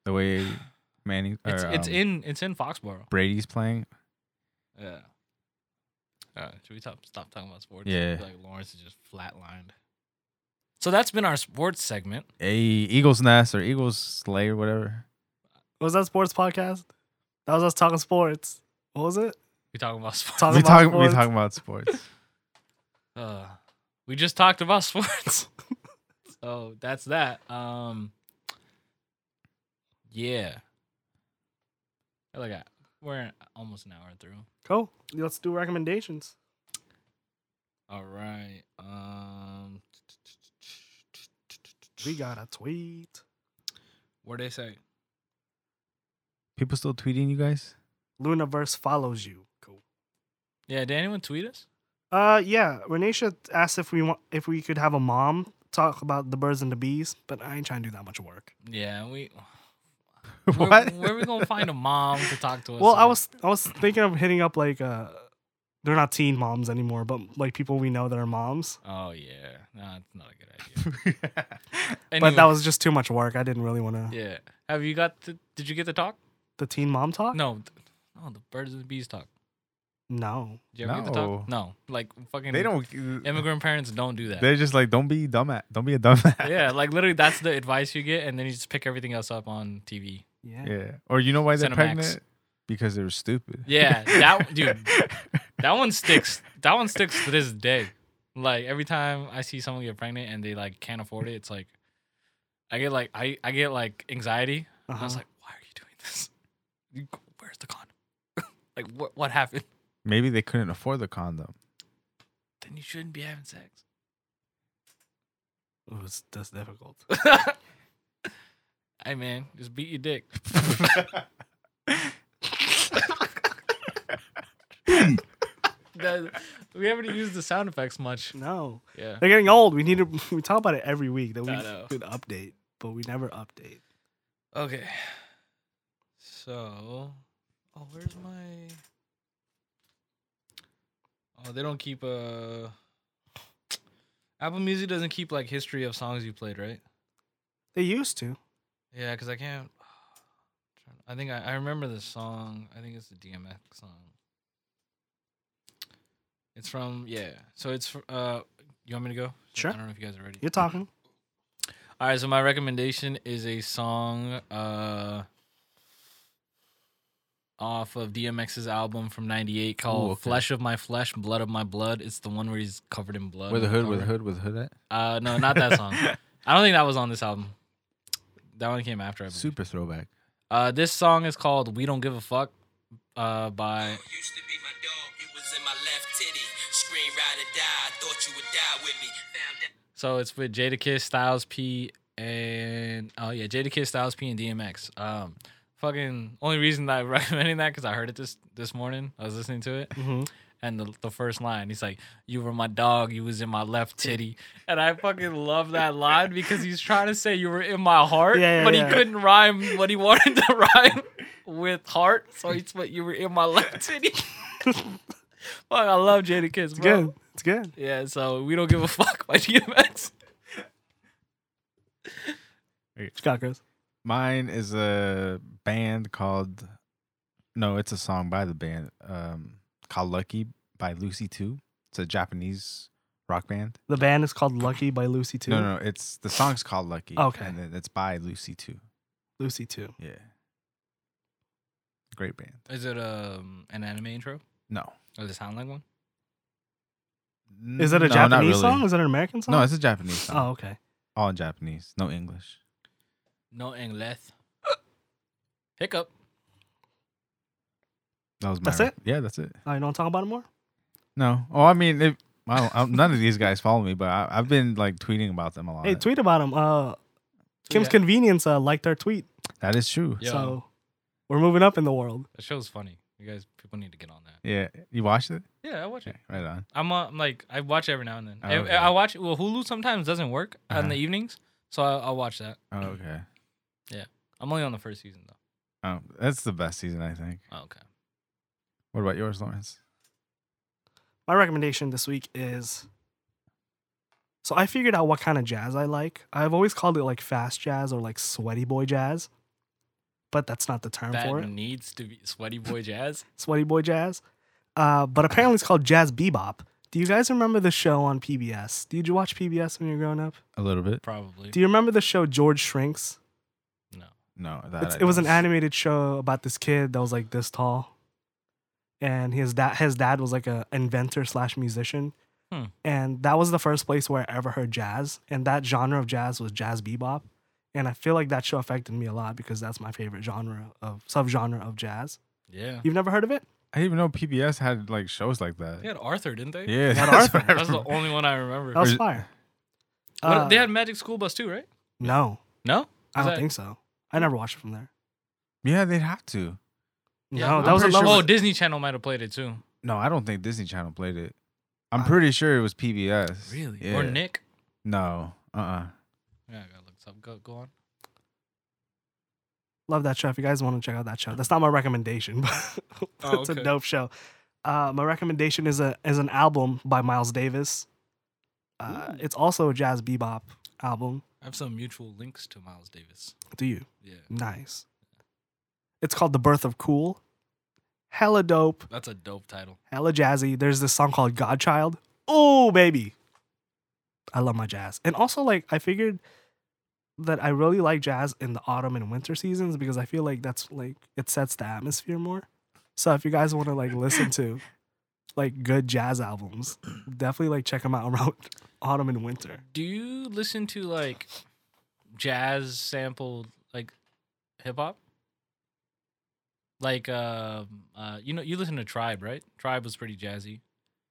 Speaker 2: The way Manning. Or,
Speaker 3: It's it's
Speaker 2: um,
Speaker 3: in it's in Foxborough.
Speaker 2: Brady's playing.
Speaker 3: Yeah. Uh, should we stop stop talking about sports?
Speaker 2: Yeah.
Speaker 3: Like Lawrence is just flatlined. So that's been our sports segment.
Speaker 2: A Eagles Nest or Eagles Slay or whatever.
Speaker 1: was that sports podcast? That was us talking sports. What was it?
Speaker 3: We talking about sports.
Speaker 1: Talking
Speaker 2: we
Speaker 1: about
Speaker 2: talking. We
Speaker 1: sports.
Speaker 2: talking about sports.
Speaker 3: Uh, we just talked about sports. so that's that. Um, yeah. I Look at we're almost an hour through.
Speaker 1: Cool. Let's do recommendations.
Speaker 3: All right. Um,
Speaker 1: We got a tweet.
Speaker 3: what they say?
Speaker 2: People still tweeting you guys.
Speaker 1: Lunaverse follows you. Cool.
Speaker 3: Yeah, did anyone tweet us?
Speaker 1: Uh, yeah. Renisha asked if we want if we could have a mom talk about the birds and the bees, but I ain't trying to do that much work.
Speaker 3: Yeah, we. Where,
Speaker 2: what?
Speaker 3: where we gonna find a mom to talk to us?
Speaker 1: Well, I
Speaker 3: about-
Speaker 1: was I was thinking of hitting up like uh, they're not teen moms anymore, but like people we know that are moms.
Speaker 3: Oh yeah, no, it's not a good idea.
Speaker 1: But that was just too much work. I didn't really want to.
Speaker 3: yeah. Have you got? The, did you get the talk?
Speaker 1: The teen mom talk?
Speaker 3: No, th- no. The birds and the bees talk.
Speaker 1: No.
Speaker 3: Did you ever get the talk? No, like fucking.
Speaker 2: they don't.
Speaker 3: Immigrant parents don't do that.
Speaker 2: They're just like, don't be dumb at. Don't be a dumbass.
Speaker 3: yeah, like literally, that's the advice you get, and then you just pick everything else up on TV.
Speaker 1: Yeah.
Speaker 2: Yeah. Or you know why they're
Speaker 3: Cinemax.
Speaker 2: pregnant? Because they were stupid.
Speaker 3: Yeah, that dude, that one sticks. That one sticks to this day. Like every time I see someone get pregnant and they like can't afford it, it's like I get like I I get like anxiety. And I was
Speaker 1: Uh-huh.
Speaker 3: like, why are you doing this? You go- Where's the condom? like what what happened?
Speaker 2: Maybe they couldn't afford the condom.
Speaker 3: Then you shouldn't be having sex.
Speaker 1: It was that's difficult.
Speaker 3: I Hey man, just beat your dick. That- we haven't used the sound effects much.
Speaker 1: No,
Speaker 3: Yeah.
Speaker 1: they're getting old. We need to. We talk about it every week that we
Speaker 3: I know.
Speaker 1: could update, but we never update.
Speaker 3: Okay. So, oh, where's my? Oh, they don't keep uh Apple Music doesn't keep like history of songs you played, right?
Speaker 1: They used to.
Speaker 3: Yeah, because I can't. I think I, I remember this song. I think it's the DMX song. It's from yeah. So it's fr- uh. You want me to go?
Speaker 1: Sure.
Speaker 3: I don't know if you guys are ready.
Speaker 1: You're talking.
Speaker 3: All right, so my recommendation is a song uh off of DMX's album from 98 called
Speaker 2: Ooh, okay.
Speaker 3: Flesh of My Flesh, Blood of My Blood. It's the one where he's covered in blood.
Speaker 2: Where the
Speaker 3: on
Speaker 2: hood, where the
Speaker 3: cover.
Speaker 2: hood, where the hood at?
Speaker 3: Uh no, not that song. I don't think that was on this album. That one came after I believe.
Speaker 2: Super throwback.
Speaker 3: Uh this song is called We Don't Give a Fuck uh by
Speaker 4: Used to be my dog, it was in my left titty. Scream ride or die, I thought you would die with me. Found out.
Speaker 3: So it's with Jadakiss, Styles P, and oh yeah, Jadakiss, Styles P, and DMX. Um, fucking only reason that I'm recommending that because I heard it this this morning. I was listening to it,
Speaker 1: Mhm.
Speaker 3: and the the first line, he's like, "You were my dog, you was in my left titty," and I fucking love that line because he's trying to say you were in my heart,
Speaker 1: Yeah, yeah,
Speaker 3: but
Speaker 1: yeah.
Speaker 3: he couldn't rhyme what he wanted to rhyme with heart, so he's but you were in my left titty. Fuck, I love Jadakiss,
Speaker 1: It's
Speaker 3: bro.
Speaker 1: good. It's good.
Speaker 3: Yeah, so we don't give a fuck by DMX.
Speaker 1: What you got, Chris?
Speaker 2: Mine is a band called No, it's a song by the band um called Lucky by Lucy 2. It's a Japanese rock band.
Speaker 1: The band is called Lucky by Lucy Two.
Speaker 2: No, no, it's the song's called Lucky.
Speaker 1: Okay.
Speaker 2: And it- it's by Lucy 2.
Speaker 1: Lucy Two.
Speaker 2: Yeah. Great band.
Speaker 3: Is it um an anime intro?
Speaker 2: No.
Speaker 3: Does it sound like one?
Speaker 1: Is it a
Speaker 2: No, not
Speaker 1: Japanese
Speaker 2: really.
Speaker 1: song? Is it an American song?
Speaker 2: No, it's a Japanese song.
Speaker 1: Oh, okay.
Speaker 2: All in Japanese, no English.
Speaker 3: No English. Hiccup.
Speaker 2: That was my
Speaker 1: That's
Speaker 2: rec-
Speaker 1: it?
Speaker 2: Yeah, that's it.
Speaker 1: Oh, you don't want to talk about it more?
Speaker 2: No. Oh, I mean, if I don't, I, none of these guys follow me, but I, I've been like tweeting about them a lot.
Speaker 1: Hey, tweet about him. Uh, Kim's
Speaker 3: Yeah.
Speaker 1: Convenience uh, liked our tweet,
Speaker 2: That is true.
Speaker 3: Yeah.
Speaker 1: so we're moving up in the world.
Speaker 3: That show's funny. You guys, people need to get on that.
Speaker 2: Yeah. You watched it?
Speaker 3: Yeah, I watch
Speaker 2: Yeah,
Speaker 3: it.
Speaker 2: right on.
Speaker 3: I'm, uh, I'm like I watch every now and then.
Speaker 2: Oh,
Speaker 3: I,
Speaker 2: okay.
Speaker 3: I watch well Hulu sometimes doesn't work in
Speaker 2: Uh-huh.
Speaker 3: the evenings, so I, I'll watch that.
Speaker 2: Oh, okay.
Speaker 3: I'm only on the first season though.
Speaker 2: Oh, that's the best season, I think.
Speaker 3: Oh, okay.
Speaker 2: What about yours, Lawrence?
Speaker 1: My recommendation this week is. So I figured out what kind of jazz I like. I've always called it like fast jazz or like sweaty boy jazz, but that's not the term for
Speaker 3: That
Speaker 1: it.
Speaker 3: needs to be sweaty boy jazz.
Speaker 1: Sweaty boy jazz. Uh, but apparently it's called jazz bebop. Do you guys remember the show on PBS? Did you watch PBS when you were growing up?
Speaker 2: A little bit.
Speaker 3: Probably.
Speaker 1: Do you remember the show George Shrinks?
Speaker 3: no.
Speaker 2: No, that
Speaker 1: It's,
Speaker 2: I
Speaker 1: it was an
Speaker 2: don't.
Speaker 1: animated show about this kid that was like this tall, and his dad his dad was like a inventor slash musician,
Speaker 3: Hmm.
Speaker 1: and that was the first place where I ever heard jazz, and that genre of jazz was jazz bebop, and I feel like that show affected me a lot because that's my favorite genre of subgenre of jazz.
Speaker 3: Yeah.
Speaker 1: You've never heard of it?
Speaker 2: I didn't even know PBS had like shows like that.
Speaker 3: They had Arthur, didn't they?
Speaker 2: Yeah,
Speaker 1: had
Speaker 2: that's
Speaker 1: Arthur.
Speaker 2: what I
Speaker 3: That's the
Speaker 2: remember.
Speaker 3: only one I remember.
Speaker 1: That was
Speaker 2: Or-
Speaker 1: fire.
Speaker 3: What-
Speaker 1: Uh,
Speaker 3: they had Magic School Bus too, right?
Speaker 1: no,
Speaker 3: No.
Speaker 1: I don't
Speaker 3: Is that-
Speaker 1: think so. I never watched it from there.
Speaker 2: Yeah, they'd have to.
Speaker 3: Yeah,
Speaker 1: no,
Speaker 3: I'm
Speaker 1: that was
Speaker 2: pretty
Speaker 1: another.
Speaker 2: sure-
Speaker 3: Oh, Disney Channel might have played it too.
Speaker 2: No, I don't think Disney Channel played it. I'm
Speaker 1: I-
Speaker 2: pretty sure it was PBS. Yeah.
Speaker 3: Or Nick?
Speaker 2: No. Uh. uh
Speaker 3: Yeah, I gotta look this up. Go, go on.
Speaker 1: Love that show. If you guys want to check out that show, that's not my recommendation, but
Speaker 3: Oh,
Speaker 1: it's a
Speaker 3: okay.
Speaker 1: dope show. Uh, my recommendation is a is an album by Miles Davis. Uh, it's also a jazz bebop album.
Speaker 3: I have some mutual links to Miles Davis.
Speaker 1: Do you?
Speaker 3: Yeah,
Speaker 1: Nice. It's called The Birth of Cool. Hella dope.
Speaker 3: that's a dope title.
Speaker 1: Hella jazzy. There's this song called Godchild. Oh baby, I love my jazz. And also, like, I figured that I really like jazz in the autumn and winter seasons because I feel like that's like it sets the atmosphere more. So if you guys want to like listen to like good jazz albums, definitely like check them out around autumn and winter.
Speaker 3: Do you listen to like jazz sampled like hip hop? Like um uh you know you listen to Tribe, right? Tribe was pretty jazzy.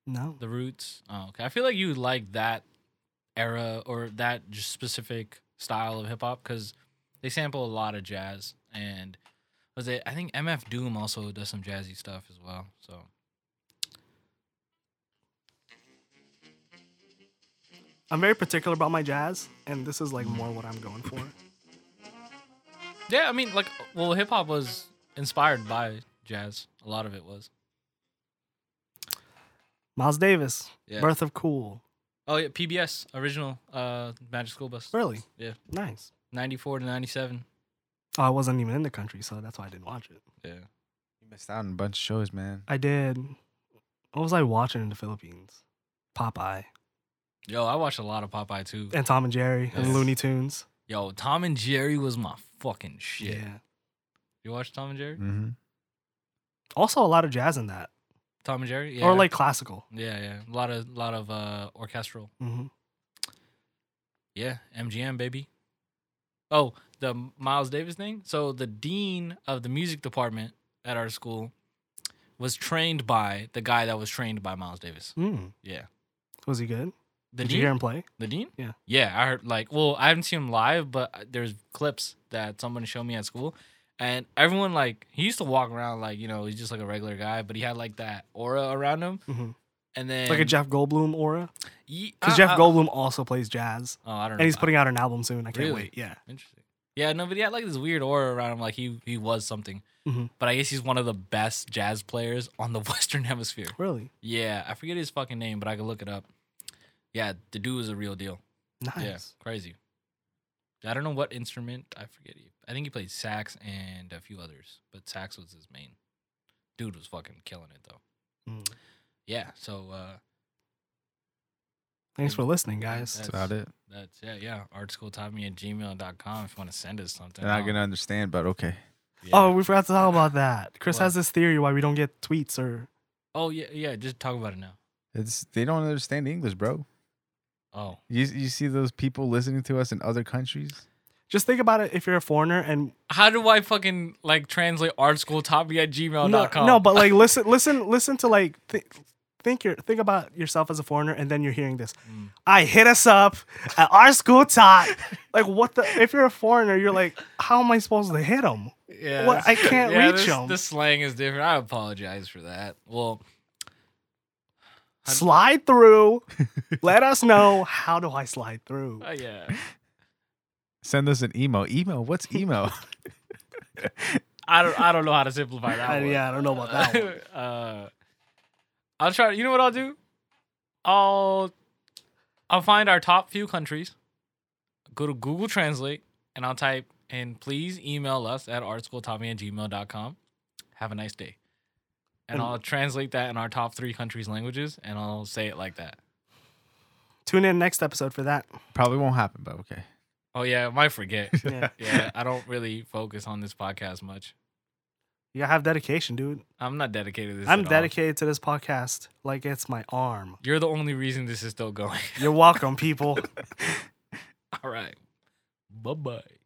Speaker 1: No,
Speaker 3: The Roots. Oh, okay. I feel like you like that era or that just specific style of hip hop cuz They sample a lot of jazz, and was it? I think MF Doom also does some jazzy stuff as well. So
Speaker 1: I'm very particular about my jazz, and this is like more what I'm going for.
Speaker 3: yeah, I mean, like, well, hip hop was inspired by jazz. A lot of it was.
Speaker 1: Miles Davis,
Speaker 3: Yeah.
Speaker 1: Birth of Cool.
Speaker 3: Oh yeah, PBS original uh Magic School Bus.
Speaker 1: Really?
Speaker 3: Yeah.
Speaker 1: Nice.
Speaker 3: 94 to 97.
Speaker 1: Oh, I wasn't even in the country, so that's why I didn't watch it.
Speaker 3: Yeah.
Speaker 2: You missed out on a bunch of shows, man.
Speaker 1: I did. What was I watching in the Philippines? Popeye
Speaker 3: Yo, I watched a lot of Popeye too.
Speaker 1: and Tom and Jerry and
Speaker 3: Yes.
Speaker 1: Looney Tunes.
Speaker 3: Yo, Tom and Jerry was my fucking shit. You watch Tom and Jerry?
Speaker 1: Mm.
Speaker 2: Mm-hmm.
Speaker 1: Also, a lot of jazz in that,
Speaker 3: Tom and Jerry? Yeah.
Speaker 1: or like classical.
Speaker 3: Yeah, yeah. A lot of lot of uh orchestral.
Speaker 1: hmm
Speaker 3: Yeah, MGM baby. Oh, the Miles Davis thing. So the dean of the music department at our school was trained by the guy that was trained by Miles Davis.
Speaker 1: Mm.
Speaker 3: Yeah.
Speaker 1: Was he good?
Speaker 3: The
Speaker 1: did
Speaker 3: dean?
Speaker 1: you hear him play?
Speaker 3: The Dean?
Speaker 1: Yeah.
Speaker 3: Yeah, I heard like, well, I haven't seen him live, but there's clips that someone showed me at school. And everyone like he used to walk around like, you know, he's just like a regular guy, but he had like that aura around him.
Speaker 1: Mhm.
Speaker 3: And Ah, then
Speaker 1: Like a Jeff Goldblum aura?
Speaker 3: Ye-
Speaker 1: Because
Speaker 3: I-
Speaker 1: Jeff
Speaker 3: I-
Speaker 1: Goldblum also plays jazz,
Speaker 3: Oh, I don't
Speaker 1: and
Speaker 3: know.
Speaker 1: he's putting out an album soon. I can't
Speaker 3: Really?
Speaker 1: wait. Yeah.
Speaker 3: interesting. Yeah, no, but he had like this weird aura around him, like he he was something.
Speaker 1: Mhm.
Speaker 3: But I guess he's one of the best jazz players on the Western Hemisphere.
Speaker 1: Really
Speaker 3: Yeah, I forget his fucking name, but I could look it up. Yeah, the dude was a real deal.
Speaker 1: nice.
Speaker 3: Yeah, crazy. I don't know what instrument. I forget. He, I think he played sax and a few others, but sax was his main. Dude was fucking killing it though.
Speaker 1: Mm.
Speaker 3: Yeah. So uh,
Speaker 1: Thanks for listening, guys.
Speaker 2: That's about it.
Speaker 3: that's yeah, yeah. Artschooltommy at gmail.com if you want to send us something.
Speaker 2: They're not
Speaker 3: I'll-
Speaker 2: gonna understand, but okay.
Speaker 3: yeah.
Speaker 1: Oh, we forgot to talk about that. Chris
Speaker 3: What?
Speaker 1: has this theory why we don't get tweets or
Speaker 3: Oh yeah, yeah. Just talk about it now.
Speaker 2: It's they don't understand English, bro.
Speaker 3: Oh,
Speaker 2: You you see those people listening to us in other countries?
Speaker 1: just think about it if you're a foreigner and
Speaker 3: how do I fucking like translate artschooltommy at
Speaker 1: no,
Speaker 3: gmail.com?
Speaker 1: no, but like listen, listen, listen to like th- think your think about yourself as a foreigner, and then you're hearing this.
Speaker 3: Mm.
Speaker 1: I hit us up at our school top. like what the? If you're a foreigner, you're like, how am I supposed to hit them?
Speaker 3: Yeah,
Speaker 1: What?
Speaker 3: this-
Speaker 1: I can't
Speaker 3: yeah,
Speaker 1: reach
Speaker 3: this,
Speaker 1: 'em.
Speaker 3: This slang is different. I apologize for that. Well, How do-
Speaker 1: Slide through. Let us know how do I slide through.
Speaker 3: uh, yeah.
Speaker 2: Send us an email. Email? What's email?
Speaker 3: I don't, I don't know how to simplify that.
Speaker 1: I-
Speaker 3: one.
Speaker 1: Uh, yeah, I don't know about that one.
Speaker 3: uh, I'll try. You know what I'll do? I'll I'll find our top few countries, go to Google Translate, and I'll type and please email us at artschooltommy at gmail.com. Have a nice day. And
Speaker 1: And-
Speaker 3: I'll translate that in our top three countries' languages, and I'll say it like that.
Speaker 1: Tune in next episode for that.
Speaker 2: Probably won't happen, but okay.
Speaker 3: Oh yeah, I might forget.
Speaker 1: Yeah.
Speaker 3: yeah, I don't really focus on this podcast much.
Speaker 1: You gotta have dedication, dude.
Speaker 3: I'm not dedicated to this.
Speaker 1: I'm
Speaker 3: at all.
Speaker 1: dedicated to this podcast like it's my arm.
Speaker 3: You're the only reason this is still going.
Speaker 1: You're welcome, people.
Speaker 3: All right. Bye bye.